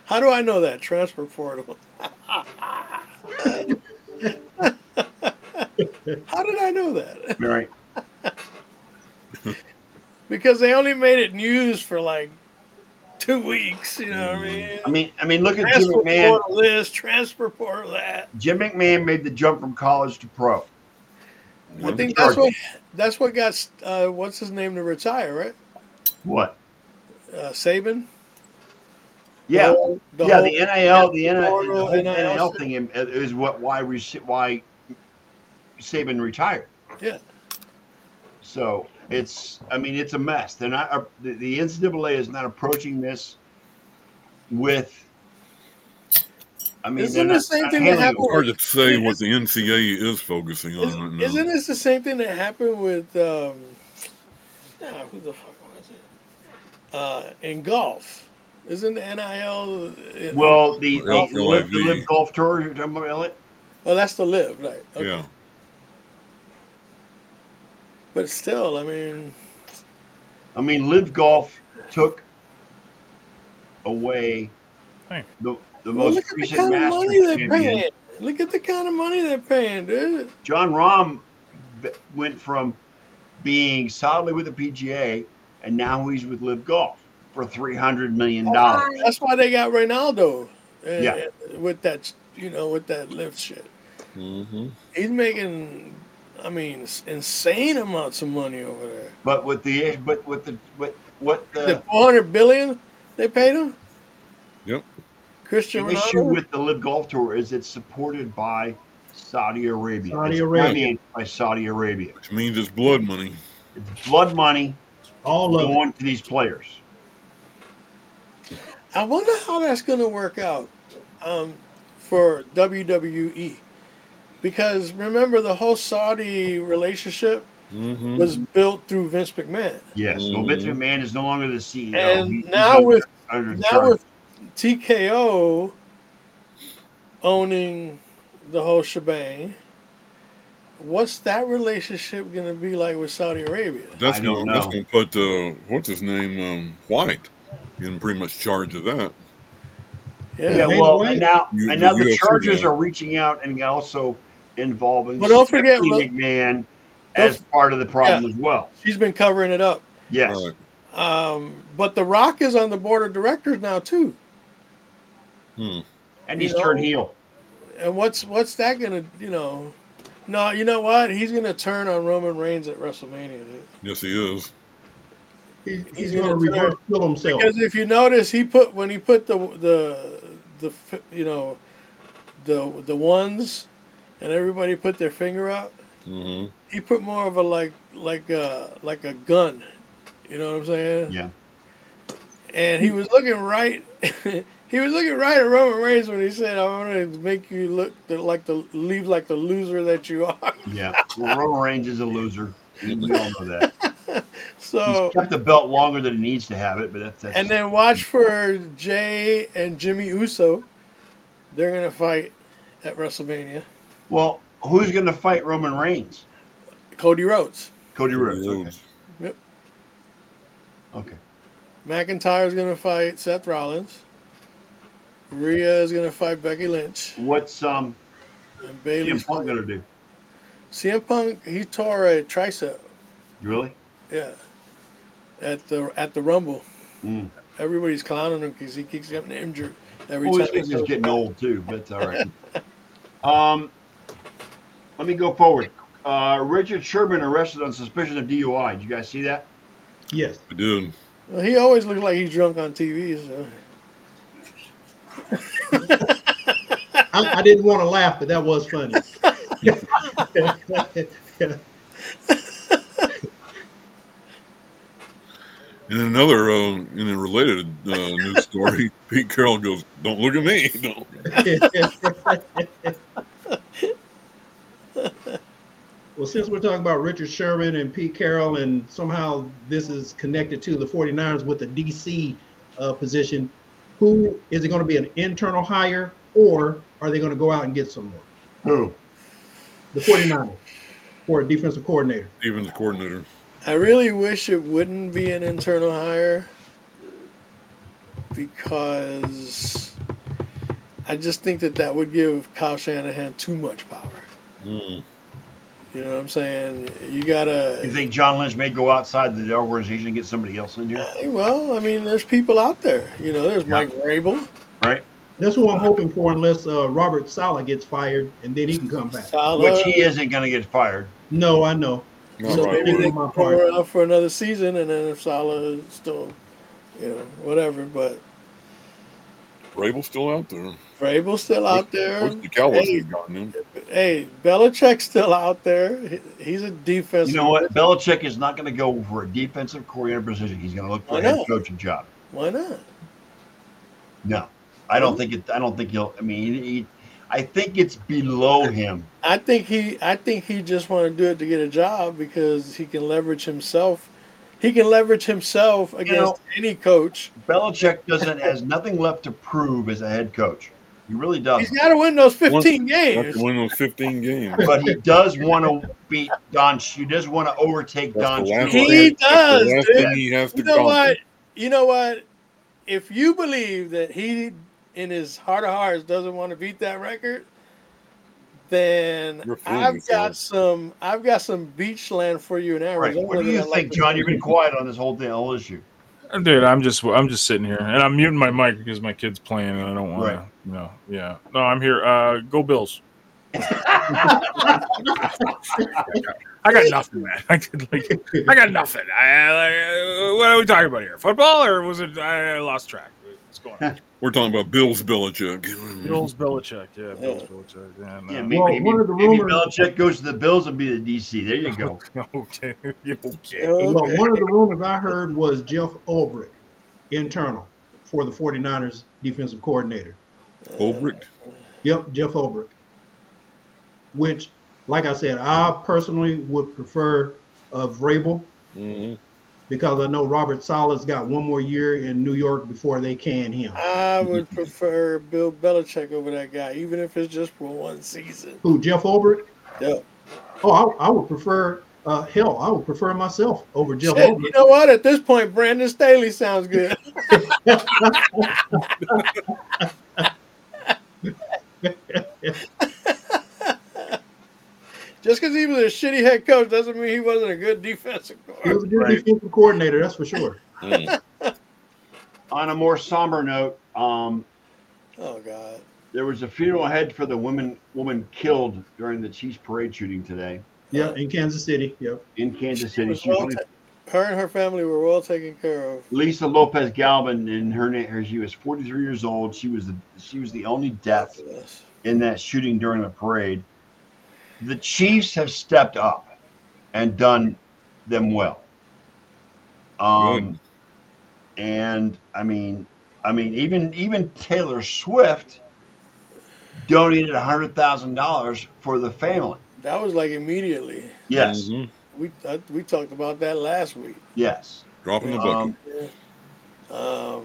E: How do I know that transfer portal? How did I know that?
D: right.
E: Because they only made it news for like two weeks. You know what I mean?
D: I mean, I mean, look at Jim
E: Transfer
D: McMahon.
E: portal this, transfer portal that.
D: Jim McMahon made the jump from college to pro.
E: I
G: Well,
E: think that's what that's what got uh, what's his name to retire, right?
D: What?
E: Uh, Saban.
D: Yeah.
E: The whole- the
D: yeah.
E: whole-
D: The NIL, the NIL, the
E: Portal,
D: whole
E: NIL
D: NIL thing im- is what why we si- why Saban retired.
E: Yeah.
D: So it's. I mean, it's a mess. They're not. uh, the- the NCAA is not approaching this with. I mean,
E: Isn't
D: they're
E: the
D: not-
E: same
D: not
E: thing that
D: handling it
E: happened
G: It's hard to say what
E: Is-
G: the NCAA is focusing on right
E: Isn't,
G: now.
E: isn't this the same thing that happened with um, ah, who the fuck was it? Uh, in golf, isn't NIL? uh,
D: Well, the, the,
G: Well,
D: the live, the
G: LIV.
D: live golf tour, you're talking about Elliot?
E: oh, that's the live, right? Okay.
G: Yeah.
E: But still, I mean,
D: I mean, live golf took away
H: Hey.
D: the, the
E: well,
D: most
E: look at the
D: recent
E: kind of
D: Masters
E: money they're
D: champion.
E: paying. Look at the kind of money they're paying, dude.
D: John Rahm b- went from being solidly with the PGA, and now he's with live golf for three hundred million dollars.
E: That's why they got Ronaldo. uh,
D: Yeah.
E: With that, you know, with that live shit.
G: Mm-hmm.
E: He's making I mean, s- insane amounts of money over there.
D: But with the but with the what what
E: The
D: the
E: 400 billion they paid him.
G: Yep.
E: Christian
D: the issue
E: Ronaldo.
D: with the Live Golf Tour is it's supported by Saudi Arabia.
F: Saudi
D: It's
F: Arabia.
D: financed by Saudi Arabia.
G: Which means it's blood money.
D: It's blood money
F: All of it.
D: going to these players.
E: I wonder how that's going to work out um, for WWE, because remember the whole Saudi relationship
D: Mm-hmm.
G: hmm
E: was built through Vince McMahon,
D: Yes. Well, Vince McMahon is no longer the CEO. He-
E: and
D: he's
E: now
D: under-
E: with
D: under
E: now
D: charge.
E: with TKO owning the whole shebang, what's that relationship going to be like with Saudi Arabia?
G: That's
D: I don't
G: gonna, that's
D: know.
G: gonna put uh, what's his name um, White in pretty much charge of that.
D: Yeah,
E: Yeah.
F: Dana
D: well,
F: White?
D: and now
G: You-
D: and now
G: you
D: the
G: have to
D: Chargers
G: do.
D: are reaching out and also involving
E: But don't forget,
D: Stephanie
E: look-
D: McMahon as part of the problem as well.
E: She's been covering it up.
D: Yes,
G: Right.
E: Um, but The Rock is on the board of directors now too.
G: Hmm.
D: and
E: You
D: he's turned
E: know-
D: heel.
E: And what's what's that gonna you know? No, you know what? He's gonna turn on Roman Reigns at WrestLMania. dude.
G: Yes, he is.
F: He's, he's
E: he's
F: going to
E: gonna
F: reverse kill himself.
E: Because if you notice, he put when he put the the the f- you know the the ones, and everybody put their finger out.
D: Mm-hmm.
G: hmm
E: He put more of a like like a like a gun. You know what I'm saying?
D: Yeah.
E: And he was looking right. he was looking right at Roman Reigns when he said, "I want to make you look the, like the leave like the loser that you are."
D: Yeah, well, Roman Reigns is a loser. We all know that.
E: so
D: He's kept the belt longer than he needs to have it, but that's, that's
E: And then watch for Jay and Jimmy Uso. They're gonna fight at WrestleMania.
D: well, who's going to fight Roman Reigns?
E: Cody Rhodes,
D: Cody Rhodes. Okay. okay.
E: McIntyre's gonna fight Seth Rollins. Rhea is gonna fight Becky Lynch
D: What's um
E: and
D: CM
E: Bailey's
D: Punk going to do?
E: CM Punk he tore a tricep.
D: Really?
E: Yeah, at the at the Rumble,
D: Mm.
E: everybody's clowning him because he keeps getting injured every
D: Well, he's,
E: time. he
D: he's
E: goes
D: getting
E: back.
D: old too, but it's all right. um, let me go forward. Uh, Richard Sherman arrested on suspicion of DUI. Did you guys see that?
F: Yes.
G: I did.
E: Well, he always looks like he's drunk on TV. So
F: I, I didn't want to laugh, but that was funny.
G: In another, uh, in a related uh, news story, Pete Carroll goes, "Don't look at me." Don't.
F: well, since we're talking about Richard Sherman and Pete Carroll, and somehow this is connected to the 49ers with the DC uh, position, who is it going to be an internal hire or are they going to go out and get someone?
D: Who?
F: The 49ers for a defensive coordinator.
G: Even the coordinator.
E: I really wish it wouldn't be an internal hire because I just think that that would give Kyle Shanahan too much power.
D: Hmm.
G: Mm.
E: You know what I'm saying? You
D: You
E: gotta.
D: think John Lynch may go outside the organization and get somebody else in here?
E: Well, I mean, there's people out there. You know, there's Mike Rabel.
D: Right?
F: That's what I'm hoping for, unless uh, Robert Sala gets fired and then he can come back.
E: Sala.
D: Which he isn't going to get fired.
F: No, I know.
G: Not
E: So
G: right
E: maybe they
G: word.
E: can throw her out for another season, and then if Sala is still, you know, whatever. But
G: Rabel's still out there.
E: Rabel's still out there.
G: What's the Cowboys
E: Hey.
G: have gotten him?
E: Hey, Belichick's still out there. He- He's a defensive.
D: You know what? Belichick is not going to go for a defensive coordinator position. He's going to look for
E: Why
D: a head
E: not?
D: coaching job.
E: Why not?
D: No, I don't think it. I don't think he'll. I mean, he, he- I think it's below him.
E: I think he I think he just want to do it to get a job because he can leverage himself. He can leverage himself against
D: know-
E: any coach.
D: Belichick doesn't has nothing left to prove as a head coach. He really
E: He's
D: doesn't.
E: got to win those 15
G: Got
E: games.
G: to win those 15 games.
D: but he does want to beat Don. He does want to overtake
G: That's
D: Don.
G: the last
D: Shula.
E: He
G: thing- that's the
E: does,
G: last
E: dude.
G: thing he has to
E: You know
G: go.
E: what? You know what? If you believe that he in his heart of hearts doesn't want to beat that record, then
G: You're fooling
E: I've
G: yourself.
E: got some I've got some beach land for you in
D: Right.
E: Arizona.
D: What do
E: that
D: you
E: I'd like
D: think,
E: to-
D: John? You've been quiet on this whole thing, whole issue.
H: Dude, I'm just I'm just sitting here and I'm muting my mic because my kid's playing and I don't want
D: Right.
H: to. You know, yeah. No, I'm here. Uh, go Bills. I got nothing, man. I could like, I got nothing. I, like, what are we talking about here? Football, or was it? I lost track. What's going on?
G: We're talking about Bill's Belichick.
H: Bills Belichick, yeah, Bills Belichick. Yeah, no.
D: Yeah, maybe,
F: Well,
D: maybe,
F: one of the
D: maybe
F: rumors-
D: Belichick goes to the Bills and be the DC. There you go.
H: okay, okay.
F: Well,
E: Okay.
F: one of the rumors I heard was Jeff Ulbrich, internal for the 49ers defensive coordinator.
G: Ulbrich.
F: Yep, Jeff Ulbrich. Which, like I said, I personally would prefer uh, Vrabel
G: Mhm.
F: because I know Robert Sala's got one more year in New York before they can him.
E: I would prefer Bill Belichick over that guy, even if it's just for one season.
F: Who, Jeff Ulbrich?
E: Yep.
F: Oh, I, I would prefer, uh, hell, I would prefer myself over Jeff
E: Shit, you
F: Ulbrich.
E: know what? At this point, Brandon Staley sounds good. Just because he was a shitty head coach doesn't mean he wasn't a good defensive
F: He was a
E: coordinator.
F: good
D: Right.
F: defensive coordinator, that's for sure.
G: Mm.
D: On a more somber note, um,
E: Oh God!
D: there was a funeral head for the woman woman killed during the Chiefs parade shooting today
F: Yeah, in Kansas City. Yep.
D: in Kansas
E: She
D: City.
E: was
D: She was
E: well
D: only-
E: ta- Her and her family were well taken care of.
D: Lisa Lopez Galvin, and her name, her, she was 43 years old. She was the she was the only death
E: Yes.
D: in that shooting during the parade. The Chiefs have stepped up and done them well. Um, and I mean, I mean, even even Taylor Swift donated hundred thousand dollars for the family.
E: That was like immediately.
D: Yes,
G: Mhm.
E: We I, we talked about that last week.
D: yes.
G: Dropping the bucket.
D: Um,
E: Um,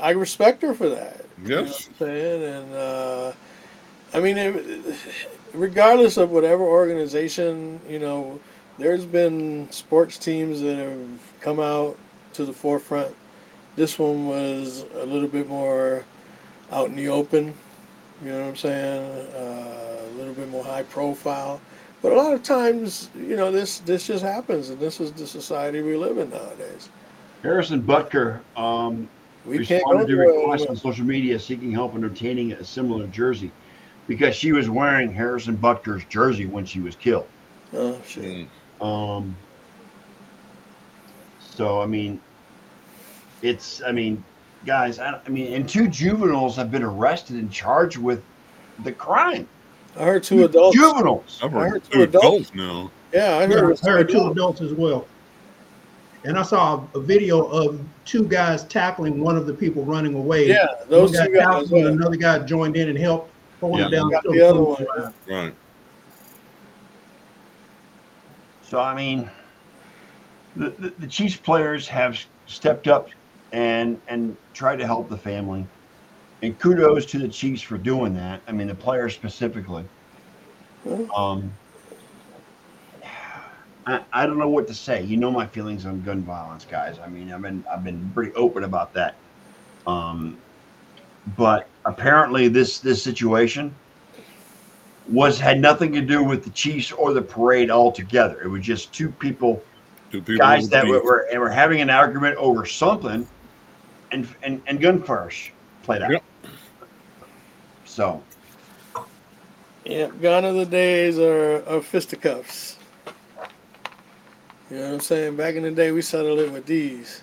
E: I respect her for that. You know
G: yes.
E: what I'm saying? And uh, I mean, it, regardless of whatever organization, you know, there's been sports teams that have come out to the forefront. This one was a little bit more out in the open. You know what I'm saying? Uh, a little bit more high profile. But a lot of times, you know, this this just happens, and this is the society we live in nowadays.
D: Harrison Butker um,
E: We can't go
D: responded to
E: through
D: requests on social media seeking help in obtaining a similar jersey because she was wearing Harrison Butker's jersey when she was killed.
E: Oh shit!
G: Mm.
D: Um, so I mean, it's I mean, guys, I, I mean, and two juveniles have been arrested and charged with the crime.
E: I heard two adults.
D: juveniles.
G: I've
E: I
G: heard
E: heard two
G: two adults
E: adults.
G: now.
E: Yeah, I heard,
F: Yeah,
E: it
F: I
E: was
F: heard two
E: adults.
F: adults as well. And I saw a video of two guys tackling one of the people running away.
E: Yeah, those
F: One
E: two
F: guy
E: guys. uh,
F: tackled him,
E: yeah.
F: Another guy joined in and helped hold him
D: Yeah.
F: down.
E: Got
F: until
E: the other
F: police
E: one.
F: arrived.
G: Right.
D: So I mean, the, the the Chiefs players have stepped up and and tried to help the family, and kudos to the Chiefs for doing that. I mean, the players specifically. Um, I, I don't know what to say. You know my feelings on gun violence, guys. I mean, I've been I've been pretty open about that. Um, but apparently this this situation was had nothing to do with the Chiefs or the parade altogether. It was just two people,
G: Two people.
D: guys
G: with
D: that were,
G: beef.
D: were were having an argument over something, and and and gunfire sh- played out.
G: Yep.
D: So
E: Yeah, gone are the days are, are fisticuffs. You know what I'm saying? Back in the day, we settled it with these.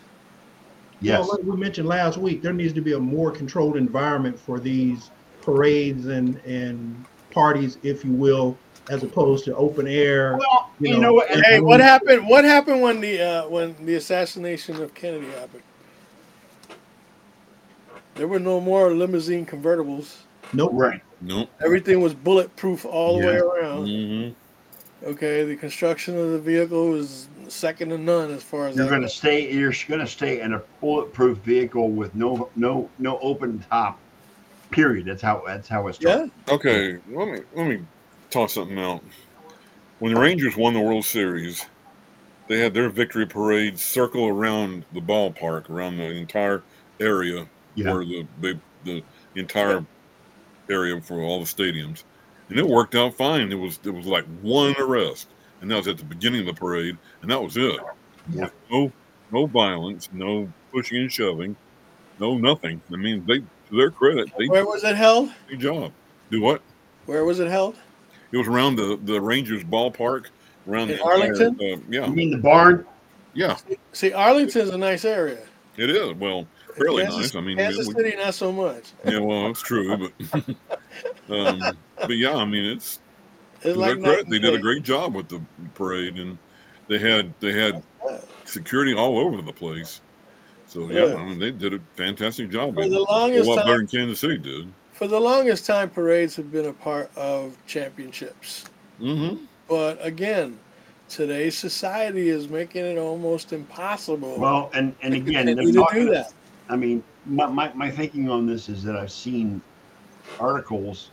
D: yes,
F: Well, like we mentioned last week, there needs to be a more controlled environment for these parades and, and parties, if you will, as opposed to open air.
D: well,
F: you
D: you know,
F: know,
D: what?
F: and-
E: Hey, what happened? What happened when the uh, when the assassination of Kennedy happened? There were no more limousine convertibles.
F: Nope.
D: Right.
G: Nope.
E: Everything was bulletproof all the way
D: Yeah.
E: around.
G: Mhm.
F: Mm-hmm.
E: Okay, the construction of the vehicle was second to none as far as
D: You're
E: I
D: going to
E: know.
D: stay. You're going to stay in a bulletproof vehicle with no no no open top. Period. That's how that's how it's
E: Yeah,
D: done.
G: Okay, let me let me toss something out. When the Rangers won the World Series, they had their victory parade circle around the ballpark, around the entire area
D: Yeah.
G: where the they, the entire area for all the stadiums, and it worked out fine. It was it was like one arrest, and that was at the beginning of the parade, and that was it. There was No no violence, no pushing and shoving, no nothing. I mean, they to their credit, they did
E: where was it held?
G: a good job. Do what?
E: Where was it held?
G: It was around the, the Rangers ballpark, around the
E: In
G: entire,
E: Arlington?
G: uh, yeah,
D: You mean the barn?
G: yeah,
E: See, Arlington's a nice area.
G: it is. Well, fairly
E: Kansas,
G: nice. I mean,
E: Kansas
G: we-
E: City, not so much.
G: yeah, well, that's true, but um, but yeah, I mean, it's
E: It's
G: to
E: like
G: their
E: night
G: credit,
E: and
G: they did a
E: day.
G: great job with the parade, and they had they had security all over the place. So yeah,
E: Yeah.
G: I mean, they did a fantastic job.
E: For
G: It-
E: the
G: a
E: longest
G: lot better
E: time,
G: than Kansas City did.
E: for the longest time, parades have been a part of championships.
G: Mm-hmm.
E: But again, today's society is making it almost impossible.
D: Well, and and
E: to
D: again,
E: continue to do that.
D: I mean, my, my, my thinking on this is that I've seen articles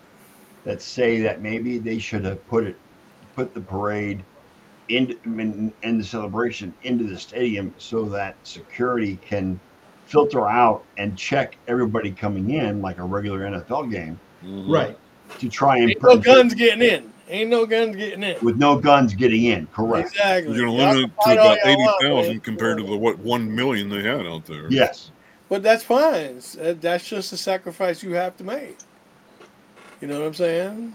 D: that say that maybe they should have put it, put the parade into I mean, and the celebration into the stadium so that security can filter out and check everybody coming in like a regular NFL game
G: Mm-hmm.
F: Right.
D: to try and
E: Ain't no
D: prevent-
E: guns getting in. Ain't no guns getting in.
D: with no guns getting in. Correct.
E: Exactly.
G: You're going to
E: Y'all
G: limit
E: can
G: it to
E: fight all
G: about
E: y'all
G: eighty
E: want, man.
G: thousand compared to the what one million they had out there.
D: Yes.
E: But that's fine. That- That's just a sacrifice you have to make. You know what I'm saying?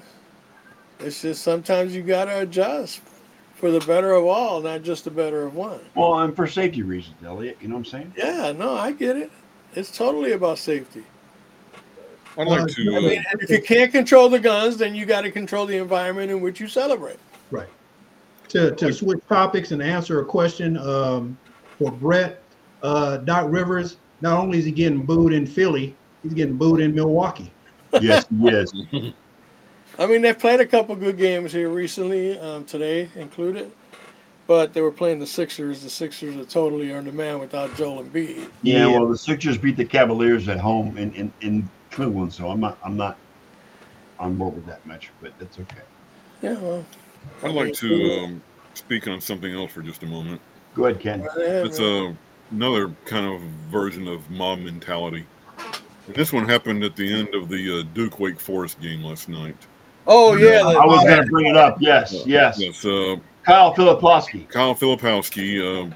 E: It's just sometimes you got to adjust for the better of all, not just the better of one.
D: Well, and for safety reasons, Elliot. You know what I'm saying?
E: Yeah, no, I get it. It's totally about safety.
G: I'd
F: Uh,
G: like to.
F: I
G: Uh,
F: mean,
E: And if you can't control the guns, then you got to control the environment in which you celebrate.
F: Right. To, to switch topics and answer a question um, for Brett, uh, Doc Rivers, not only is he getting booed in Philly, he's getting booed in Milwaukee.
D: Yes. Yes.
E: I mean, they played a couple good games here recently, um, today included, but they were playing the Sixers. The Sixers are totally under man without Joel Embiid.
D: Yeah, well, the Sixers beat the Cavaliers at home in, in, in Cleveland, so I'm not I'm not on board with that much, but that's okay.
E: Yeah, well,
G: I'd like to um, speak on something else for just a moment.
D: Go ahead, Ken.
E: right there,
G: It's
E: man.
G: a, another kind of version of mob mentality. And this one happened at the end of the uh, Duke Wake Forest game last night.
E: oh yeah,
D: I was going to bring it up. Yes, yes.
G: Yes, uh,
D: Kyle Filipowski.
G: Kyle Filipowski uh,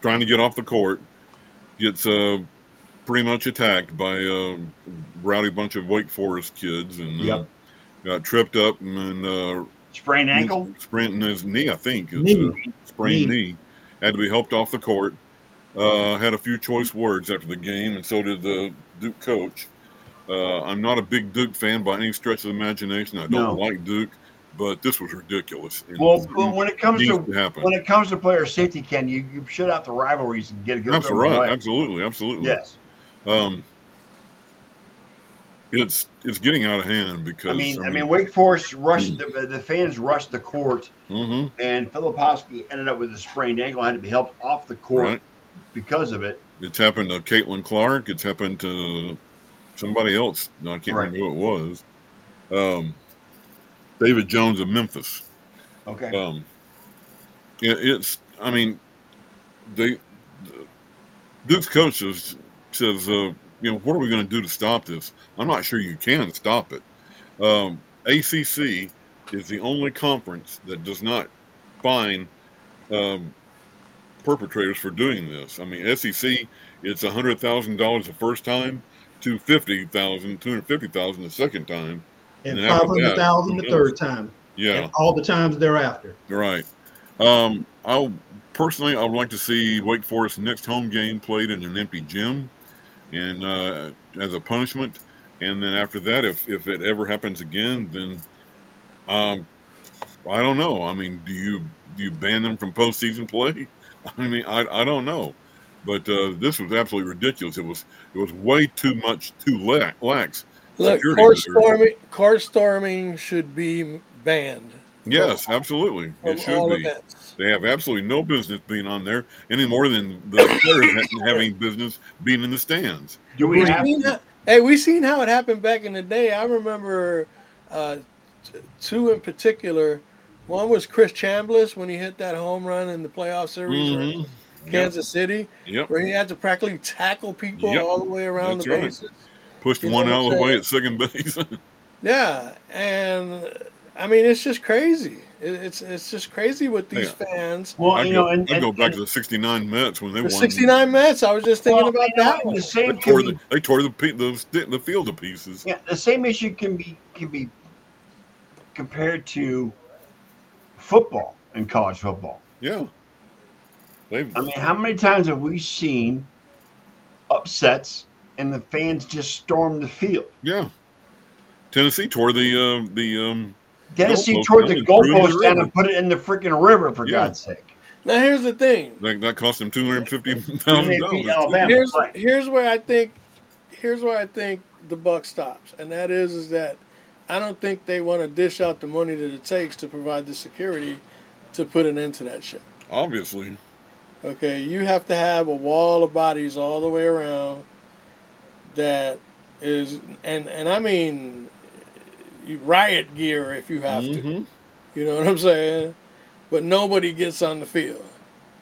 G: trying to get off the court gets uh, pretty much attacked by uh, a rowdy bunch of Wake Forest kids and uh,
D: Yep.
G: got tripped up and uh,
D: Sprained ankle.
G: sprained his knee, I think. It's
F: Knee.
G: a sprained
F: Knee.
G: knee. Had to be helped off the court. Uh, had a few choice words after the game, and so did the Duke coach. Uh, I'm not a big Duke fan by any stretch of the imagination. I don't
D: No.
G: like Duke, but this was ridiculous. And
D: Well,
G: it
D: well, when it comes
G: needs
D: to
G: to happen.
D: when it comes to player safety, Ken, you, you shut out the rivalries and get a good.
G: That's
D: goes
G: right.
D: away.
G: Absolutely. Absolutely.
D: Yes.
G: Um, it's it's getting out of hand because mm.
D: I mean, I mean, Wake Forest rushed the, the fans rushed the court,
G: mhm,
D: and Filipowski ended up with a sprained ankle, had to be helped off the court
G: right.
D: because of it.
G: It's happened to Caitlin Clark. It's happened to somebody else. No, I can't
D: Right.
G: remember who it was. Um, David Jones of Memphis.
D: Okay.
G: Um, it, it's. I mean, they the- Duke's coach is, says, uh, you know, what are we going to do to stop this? I'm not sure you can stop it. Um, ACC is the only conference that does not fine um, perpetrators for doing this. I mean, SEC, it's a hundred thousand dollars the first time, two fifty thousand, two hundred fifty thousand the second time.
F: And
G: And after that,
F: 500,000 the
G: who
F: third time,
G: Yeah,
F: and all the times thereafter.
G: Right. Um, I personally, I would like to see Wake Forest's next home game played in an empty gym, and uh, as a punishment. And then after that, if if it ever happens again, then um, I don't know. I mean, do you do you ban them from postseason play? I mean, I I don't know. But uh, this was absolutely ridiculous. It was it was way too much too la- lax.
E: Look,
G: security
E: court
G: measures.
E: storming, court storming should be banned
G: Yes, absolutely.
E: from
G: It should
E: all
G: be.
E: events.
G: They have absolutely no business being on there any more than the players ha- having business being in the stands.
D: Do we
E: We
D: have?
E: seen that- hey, we seen how it happened back in the day. I remember uh, t- two in particular. One was Chris Chambliss when he hit that home run in the playoff series
G: Mhm.
E: for Kansas City,
G: Yep.
E: where he had to practically tackle people
G: Yep.
E: all the way around
G: That's
E: the
G: right.
E: bases.
G: Pushed
E: You know
G: one
E: what I'm
G: out of the way
E: saying?
G: at second base.
E: Yeah, and I mean it's just crazy. It, it's it's just crazy with these fans.
D: Well,
G: I
D: you
G: go,
D: know, and,
G: I
D: and,
G: go back
D: and-
G: to the 69 Mets when they
E: The
G: won.
E: 69 Mets. I was just thinking
D: well,
E: about
D: you know,
E: that one.
D: The
G: They
D: same
G: tore
D: can
G: the,
D: be,
G: they tore the, pe- the, sti- the field to pieces.
D: yeah, the same issue can be can be compared to football and college football.
G: Yeah. They've,
D: I mean, how many times have we seen upsets and the fans just storm the field?
G: yeah. Tennessee tore the uh, the um,
D: Tennessee
G: Goalpost
D: tore the
G: down and threw it in the
D: goalpost down
G: river.
D: and put it in the freaking river, for
G: Yeah.
D: God's sake.
E: Now here's the thing.
G: that, that cost them two hundred fifty
D: And
G: thousand
D: they beat
G: dollars.
D: Alabama.
E: Here's
D: Right.
E: here's where I think here's where I think the buck stops, and that is is that I don't think they want to dish out the money that it takes to provide the security to put an end to that shit.
G: Obviously,
E: Okay, you have to have a wall of bodies all the way around that is, and and I mean you- riot gear if you have to.
G: Mhm.
E: You know what I'm saying? But nobody gets on the field,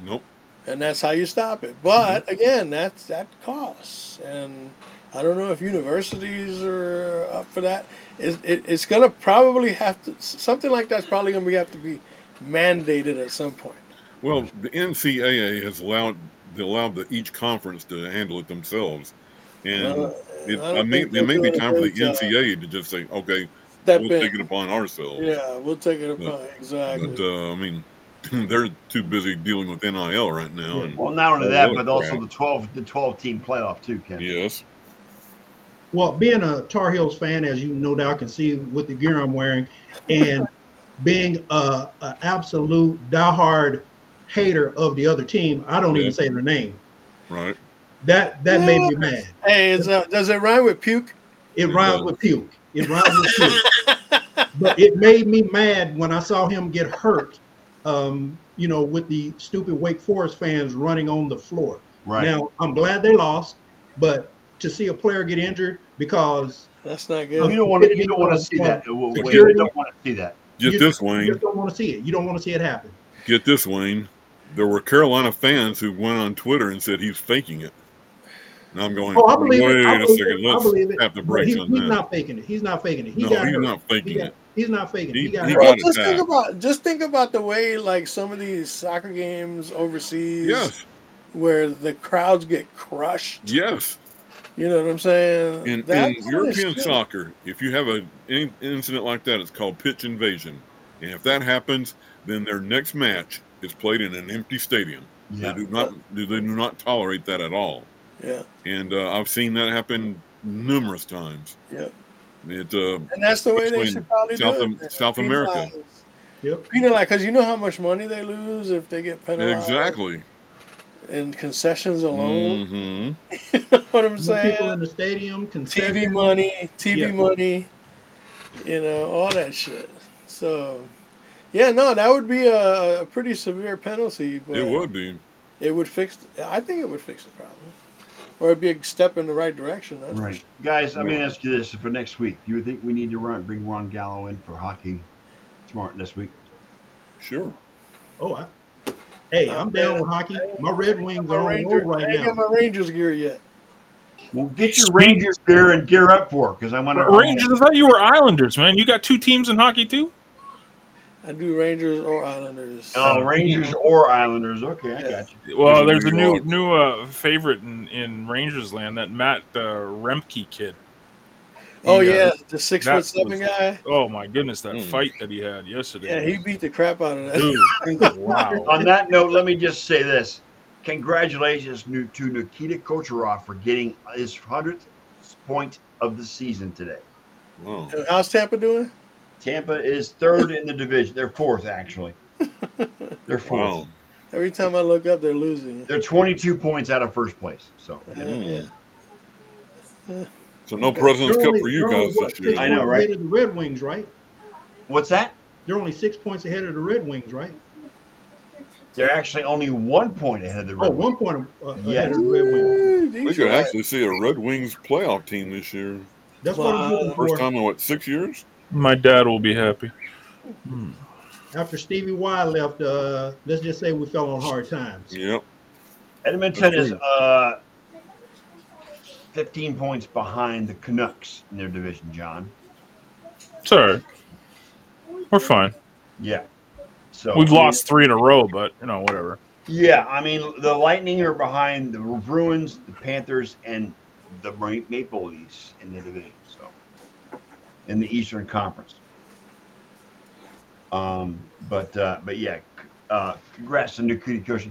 G: nope.
E: and that's how you stop it. But
G: Mm-hmm.
E: again, that's that costs, and I don't know if universities are up for that. It, it, it's gonna probably have to something like that's probably gonna be, have to be mandated at some point.
G: Well, the NCAA has allowed they allowed the, each conference to handle it themselves, and
E: Uh,
G: it,
E: I don't
G: I mean,
E: think
G: it may
E: they're
G: be
E: doing a
G: time for the
E: great job.
G: NCAA to just say, okay,
E: That
G: we'll
E: big-
G: take it upon ourselves.
E: Yeah, we'll take it apart. Exactly.
G: But uh, I mean, they're too busy dealing with NIL right now. And
D: Well, not only
G: Oh,
D: that,
G: look,
D: but also
G: crap.
D: the twelve the twelve team playoff too, Ken.
G: yes,
F: Well, being a Tar Heels fan, as you no doubt can see with the gear I'm wearing, and being a, a absolute diehard hater of the other team, I don't
G: Yeah.
F: even say their name.
G: right.
F: That that made me mad.
E: hey, is, uh, does it rhyme with puke?
F: It
G: It
F: rhymes
G: does.
F: with puke. It rhymes with puke. but it made me mad when I saw him get hurt. Um, you know, with the stupid Wake Forest fans running on the floor.
D: Right.
F: Now I'm glad they lost, but to see a player get injured because
E: That's not
D: you
E: good.
D: don't want to you don't want to see that. Well, wait, You
F: Security.
D: don't want to see that.
G: Get
F: you
G: this,
F: just- you
G: Wayne.
F: just don't want to see it. You don't want to see it happen.
G: Get this, Wayne. There were Carolina fans who went on Twitter and said he's faking it. And I'm going,
F: Oh, I believe
G: wait
F: it. I
G: a
F: believe
G: second,
F: it. I believe
G: let's
F: it.
G: tap the
F: But
G: brakes
F: he-
G: on
F: he's
G: that.
F: not faking it. He's not faking it. He
G: no,
F: got
G: he's
F: hurt.
G: not
F: He
G: faking
F: got-
G: it.
F: he's not faking it.
G: He-
F: He got
G: he
F: hurt.
E: Well,
G: got
E: just think
G: attacked.
E: about just think about the way like some of these soccer games overseas,
G: Yes,
E: where the crowds get crushed.
G: yes.
E: You know what I'm saying?
G: In, in
E: That kinda
G: European
E: shit-
G: soccer, if you have a, an incident like that, it's called pitch invasion. And if that happens, then their next match is played in an empty stadium.
D: Yeah.
G: They do not they do not tolerate that at all.
E: yeah,
G: And uh, I've seen that happen numerous times.
E: Yeah.
G: It uh,
E: and that's the way they
G: Between
E: should probably
G: South
E: do it.
G: Am-
E: man.
G: South America.
E: Penalize-
F: Yep.
E: penalize because you know how much money they lose if they get penalized
G: exactly.
E: in concessions alone.
G: hmm
E: you know what I'm
F: More
E: saying?
F: People in the stadium,
E: TV
F: concession.
E: money, TV
F: Yeah.
E: money, you know, all that shit. So, yeah, no, that would be a, a pretty severe penalty, but
G: It would be.
E: it would fix. I think it would fix the problem, or it'd be a step in the right direction. That's for
D: Right. Guys, I'm gonna ask you this for next week. Do you think we need to run bring Ron Gallo in for hockey smart this week?
G: Sure.
F: Oh, I, hey, I'm down with hockey. My Red Wings
E: sure.
F: are
E: My
F: on roll
E: Ranger, I
F: right
E: ain't
F: now.
E: got my Rangers gear yet.
D: Well, get your Ranger gear and gear up for because I want to.
H: Rangers, I thought you were Islanders, man. You got two teams in hockey too.
E: I do Rangers or Islanders.
D: Oh, Rangers or Islanders? Okay, I got you.
G: Yeah,
H: Well, there's
G: we
H: a new
G: are.
H: new uh, favorite in, in Rangers land that Matt uh, Remke kid.
E: oh
H: He, uh,
E: yeah, the six
H: that
E: foot seven
H: was-
E: guy.
H: Oh my goodness, that
G: Mm.
H: fight that he had
E: Yeah,
H: yesterday.
E: he beat the crap out of that.
H: Dude, wow.
D: On that note, let me just say this: congratulations new, to Nikita Kucherov for getting his hundredth point of the season today.
G: Wow.
E: How's Tampa doing?
D: Tampa is third in the division. They're fourth, actually. They're fourth.
G: Wow.
E: Every time I look up, they're losing.
D: They're 22 points out of first place. So
G: Mm.
E: Yeah.
G: So no President's
F: They're
G: Cup
F: only-
G: for
F: they're
G: you
F: only,
G: guys
F: what,
G: this year.
F: six
D: I know,
F: points
D: right?
F: ahead of The Red Wings, right?
D: what's that?
F: They're only six points ahead of the Red Wings, right?
D: They're actually only one point ahead of the
F: Oh,
D: Red Wings.
F: one point uh,
D: Yes.
F: ahead of the Red Wings.
G: We could actually see a Red Wings playoff team this year.
F: That's what I'm
E: Wow.
F: hoping
G: First
F: for.
G: time in what six years?
H: My dad will be happy.
F: After Stevie Y left, uh, let's just say we fell on hard times.
G: Yep.
D: Edmonton
G: That's
D: is
G: true.
D: uh, 15 points behind the Canucks in their division, John.
H: It's all right. We're fine.
D: Yeah. So
H: We've lost three in a row, but you know whatever.
D: Yeah, I mean the Lightning are behind the Bruins, the Panthers, and the Ma- Maple Leafs in the division. So in the Eastern Conference. Um, but uh, but yeah, c- uh, congrats to Nikita Kyoshi.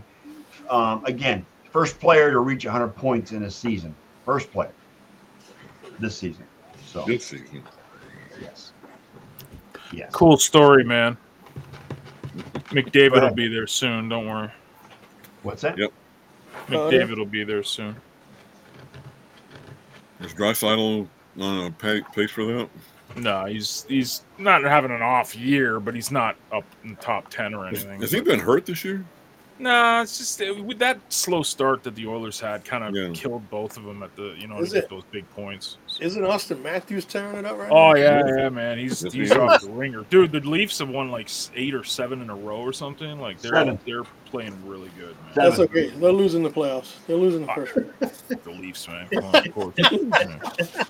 D: Um, again, first player to reach 100 points in a season. First player this season. So
G: this season.
D: yes, yes.
H: Cool story, man. McDavid will be there soon. Don't worry.
D: What's that?
G: Yep.
E: Oh,
H: McDavid will be there soon.
G: Is Drysidle on a pay, pace for that?
H: No, he's he's not having an off year, but he's not up in top ten or
G: Has,
H: anything.
G: has he been hurt this year?
H: No, it's just uh, with that slow start that the Oilers had, kind of
G: Yeah.
H: killed both of them at the you know
E: Is
H: to get
E: it-
H: those big points. So-
E: Isn't Austin Matthews tearing it up right now?
H: Oh yeah, yeah, man, he's
G: Yes,
H: he's
G: he
H: off the ringer, dude. The Leafs have won like s- eight or seven in a row or something. Like they're
D: Seven.
H: they're playing really good, man.
E: That's okay. They're losing the playoffs. They're losing the first. round.
H: The Leafs, man. Come on, of course. Yeah.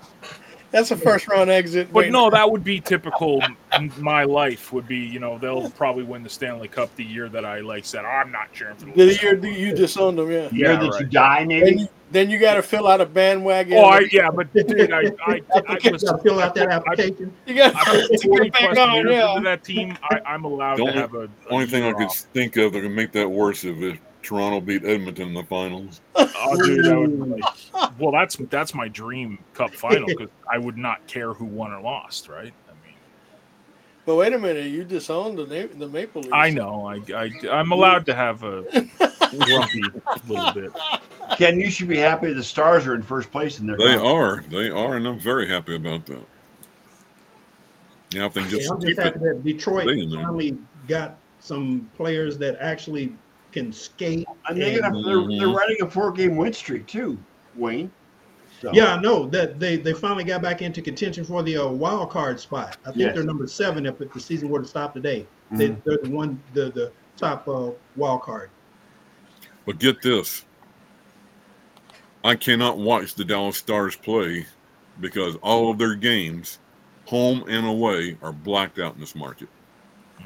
E: That's a first round exit.
H: But
E: Wait,
H: no, that would be typical. in my life would be, you know, they'll probably win the Stanley Cup the year that I like said, I'm not cheering for the
E: the
H: Leafs.
E: year that you disowned them, yeah.
D: The year
H: Yeah,
D: that you
H: right.
D: die,
E: Then
D: maybe.
E: you, then you got to fill out a bandwagon.
H: Oh, I, yeah, but dude, I, I, I,
F: Okay,
H: was-
F: gotta fill out that
H: I-
F: application.
E: you got
H: I put
E: to
H: 40
E: get back
H: plus
E: on,
H: years
E: yeah.
H: into that team. I, I'm allowed
G: The
H: to
G: only-
H: have a, a
G: Only thing I
H: year
G: could
H: off.
G: think of that could make that worse if it, Toronto beat Edmonton in the finals.
H: Oh, dude, I would, like, well, that's that's my dream Cup final because I would not care who won or lost, right? I mean,
E: But wait a minute, you disowned the Na- the Maple Leafs.
H: I know I, I I'm allowed to have a grumpy little bit.
D: Ken, you should be happy the Stars are in first place in their.
G: They
D: conference.
G: are. They are, and I'm very happy about that. Now, if they can
F: Yeah,
G: just
F: I'm
G: keep
F: just
G: it,
F: happy that Detroit
G: Wait a minute.
F: finally got some players that actually can skate.
D: And they got a- they're, they're riding a four-game win streak too, Wayne. So,
F: Yeah, I know that they, they finally got back into contention for the uh, wild card spot. I think
D: Yes. Mm-hmm.
F: they're number seven if the season were to stop today. They, they're the one the the top uh, wild card.
G: but get this. I cannot watch the Dallas Stars play because all of their games, home and away, are blacked out in this market.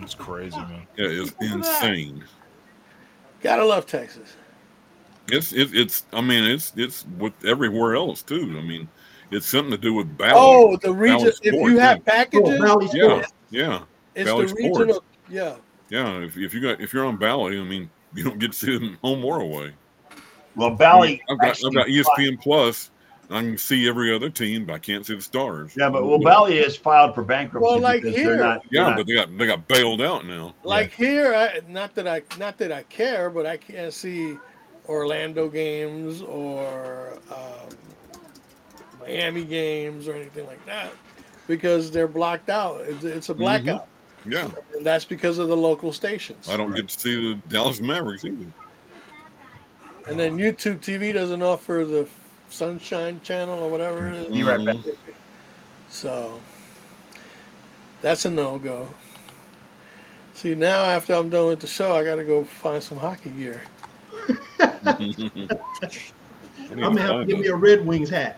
H: It's crazy, man.
G: It is insane.
E: Gotta love Texas.
G: It's it, it's. I mean, it's it's with everywhere else too. I mean, it's something to do with battle.
E: Oh, the region.
G: Dallas
E: If
G: Sports,
E: you have
G: yeah.
F: Oh,
E: packages,
F: Valley
G: yeah,
F: Sports.
G: yeah,
E: it's
G: Valley
E: the
G: Sports.
E: regional. Yeah,
G: yeah. If, if you got if you're on Bally, I mean, you don't get to see them home or away.
D: Well, Bally.
G: I've got, I've
D: actually-
G: got E ESPN Plus. and I can see every other team, but I can't see the Stars.
D: Yeah, but well, Bally has filed for bankruptcy.
E: Well, like
D: because
E: here.
D: They're not, they're
G: Yeah,
D: not-
G: but they got they got bailed out now.
E: like here, I not that I not that I care, but I can't see Orlando games or um, Miami games or anything like that because they're blocked out. It's, it's a
G: Mm-hmm.
E: blackout,
G: Yeah,
E: and that's because of the local stations.
G: I don't get to see the Dallas Mavericks either.
E: And then YouTube TV doesn't offer the Sunshine Channel or whatever it is.
D: Be right back.
E: So that's a no go. See, now after I'm done with the show, I got to go find some hockey gear.
G: Mm-hmm. I
F: I'm gonna have to
G: find
F: give
G: a-
F: me a Red Wings hat.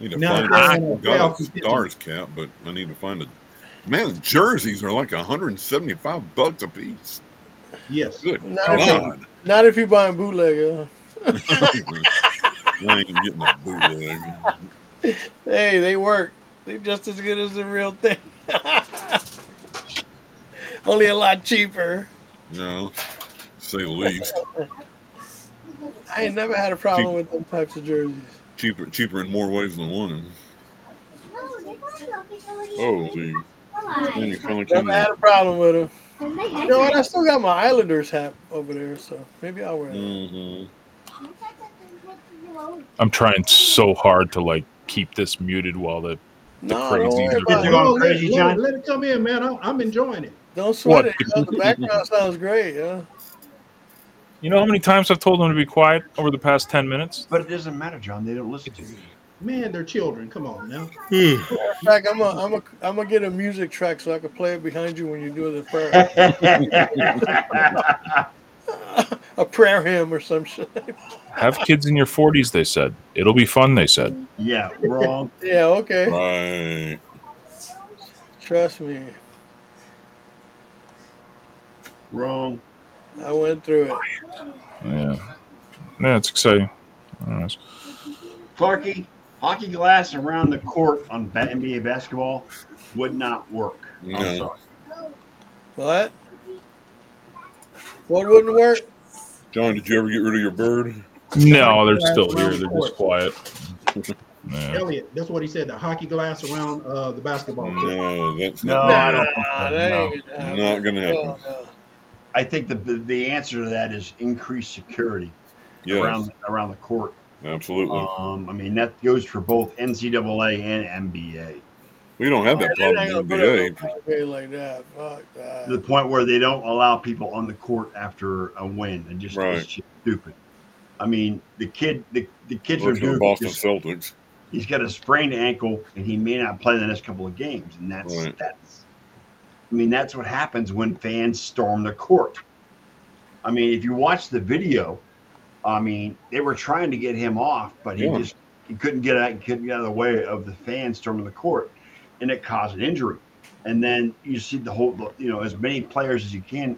G: need to
F: No,
G: find
F: I
G: a,
F: don't
G: got
F: know.
G: a stars cap, but I need to find a man. The jerseys are like 175 bucks a piece.
F: Yes.
G: Good
E: Not if, you,
G: God,
E: not if you're buying bootleg. huh?
G: I ain't getting a bootleg.
E: Hey, they work. They're just as good as the real thing. Only a lot cheaper.
G: No, say the least.
E: I ain't never had a problem with them types of jerseys.
G: Cheaper, cheaper in more ways than one. Holy, man, you finally came
E: Never had a problem with them. You know what? I still got my Islanders hat over there, so maybe I'll wear
H: Mm,
E: it.
G: hmm
H: I'm trying so hard to like keep this muted while the
E: No, don't
H: crazy
E: worry
H: jerseys.
E: about
D: You
E: it.
D: going
F: No, let,
D: crazy,
F: let-
D: John?
F: let it come in, man. I'm, I'm enjoying it.
E: Don't sweat
H: What?
E: it. You know, the background sounds great. Yeah.
H: You know how many times I've told them to be quiet over the past ten minutes?
D: But it doesn't matter, John. They don't listen to you.
F: Man, they're children. Come on now.
E: Matter of fact, I'm gonna I'm a, I'm gonna get a music track so I can play it behind you when you do the prayer, a prayer hymn or some shit.
H: Have kids in your 40s, they said. It'll be fun, they said.
D: yeah, wrong.
E: yeah. Okay.
G: Right.
E: Trust me,
D: Wrong.
E: I went through it.
H: Yeah, yeah, it's exciting. Anyways.
D: Clarky, hockey glass around the court on ba- NBA basketball would not work. I'm
G: No.
D: sorry.
E: What? What wouldn't work?
G: John, did you ever get rid of your bird?
I: No, they're
F: Glass
I: still here.
F: around
I: They're
F: the
I: just quiet. Yeah.
F: Elliot, that's what he said. The hockey glass around uh, the basketball. court.
G: No, that's
D: No,
G: not.
D: I
E: Nah,
D: don't
E: nah, Uh, that ain't gonna happen.
G: Uh, Not gonna happen.
E: Hell no.
D: I think the the the answer to that is increased security
G: Yeah,
D: around around the court.
G: absolutely.
D: Um, I mean that goes for both NCAA and NBA.
G: we don't have that
E: They're
G: problem
E: not gonna
G: in
E: put
G: NBA.
E: up no copyright like that. Fuck that.
D: To the point where they don't allow people on the court after a win, and just
G: Right.
D: it's just stupid. I mean, the kid, the, the kids are
G: Look at the
D: doing
G: Boston Celtics.
D: he's got a sprained ankle and he may not play the next couple of games and that's
G: Right.
D: that's i mean that's what happens when fans storm the court i mean if you watch the video i mean they were trying to get him off but he
G: Yeah.
D: just he couldn't get out couldn't get out of the way of the fans storming the court and it caused an injury and then you see the whole you know as many players as you can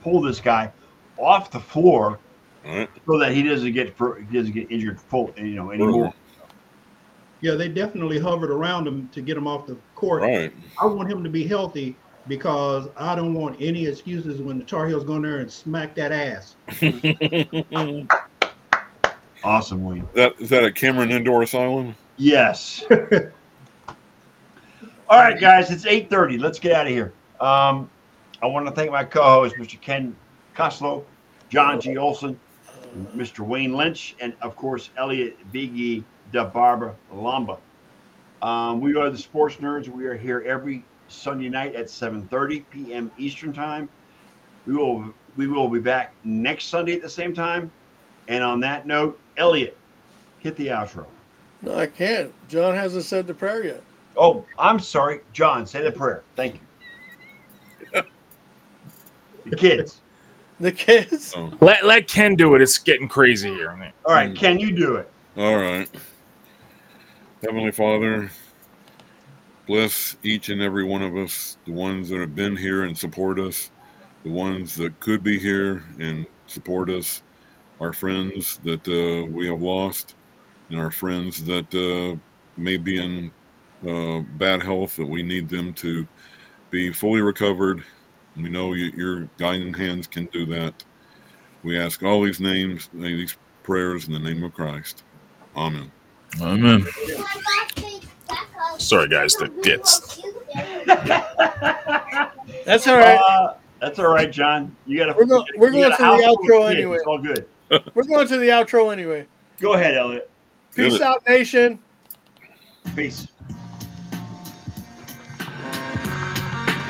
D: pull this guy off the floor
G: Right.
D: so that he doesn't get fur- he doesn't get injured full you know anymore
F: Yeah, they definitely hovered around him to get him off the court.
G: Right.
F: I want him to be healthy because I don't want any excuses when the Tar Heels go in there and smack that ass.
G: that
D: awesome wayne
G: is that at Cameron Indoor Asylum?
D: Yes. All right, guys, it's eight thirty. Let's get out of here. Um, I want to thank my co-hosts, Mr. Ken Coslow, John G. Olson, Mr. Wayne Lynch, and of course Elliot Biggie De Barbara Lamba. Um, we are the Sports Nerds. We are here every Sunday night at seven thirty p.m. Eastern Time. We will we will be back next Sunday at the same time. And on that note, Elliot, hit the outro.
E: No, I can't. John hasn't said the prayer yet.
D: Oh, I'm sorry, John. Say the prayer. Thank you. the kids.
E: The kids.
G: Oh.
H: Let let Ken do it. It's getting crazy here.
D: All right, can you do it?
G: All right. Heavenly Father, bless each and every one of us, the ones that have been here and support us, the ones that could be here and support us, our friends that uh, we have lost, and our friends that uh, may be in uh, bad health that we need them to be fully recovered. We know you, your guiding hands can do that. We ask all these names, these prayers in the name of Christ. Amen.
I: Amen.
J: Sorry, guys, the bits.
E: That's all right.
D: Uh, that's all right, John. You got to.
E: We're go- we're going to the outro anyway.
D: It's all good.
E: We're going to the outro anyway.
D: Go ahead, Elliot.
G: Good.
E: Peace out, nation.
D: Peace.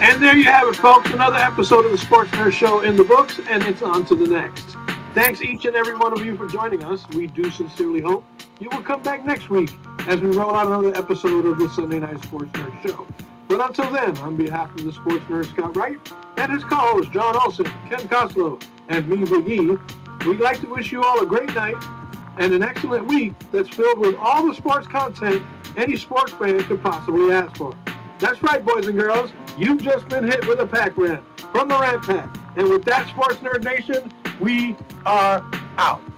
C: And there you have it, folks. Another episode of the Sports Nerd Show in the books, and it's on to the next. Thanks each and every one of you for joining us. We do sincerely hope you will come back next week as we roll out another episode of the Sunday Night Sports Nerd Show. But until then, on behalf of the Sports Nerd Scott Wright and his co-hosts John Olson, Ken Coslow, and me, McGee, we'd like to wish you all a great night and an excellent week that's filled with all the sports content any sports fan could possibly ask for. That's right, boys and girls. You've just been hit with a pack rat from the Rat Pack. And with that, Sports Nerd Nation, we are out.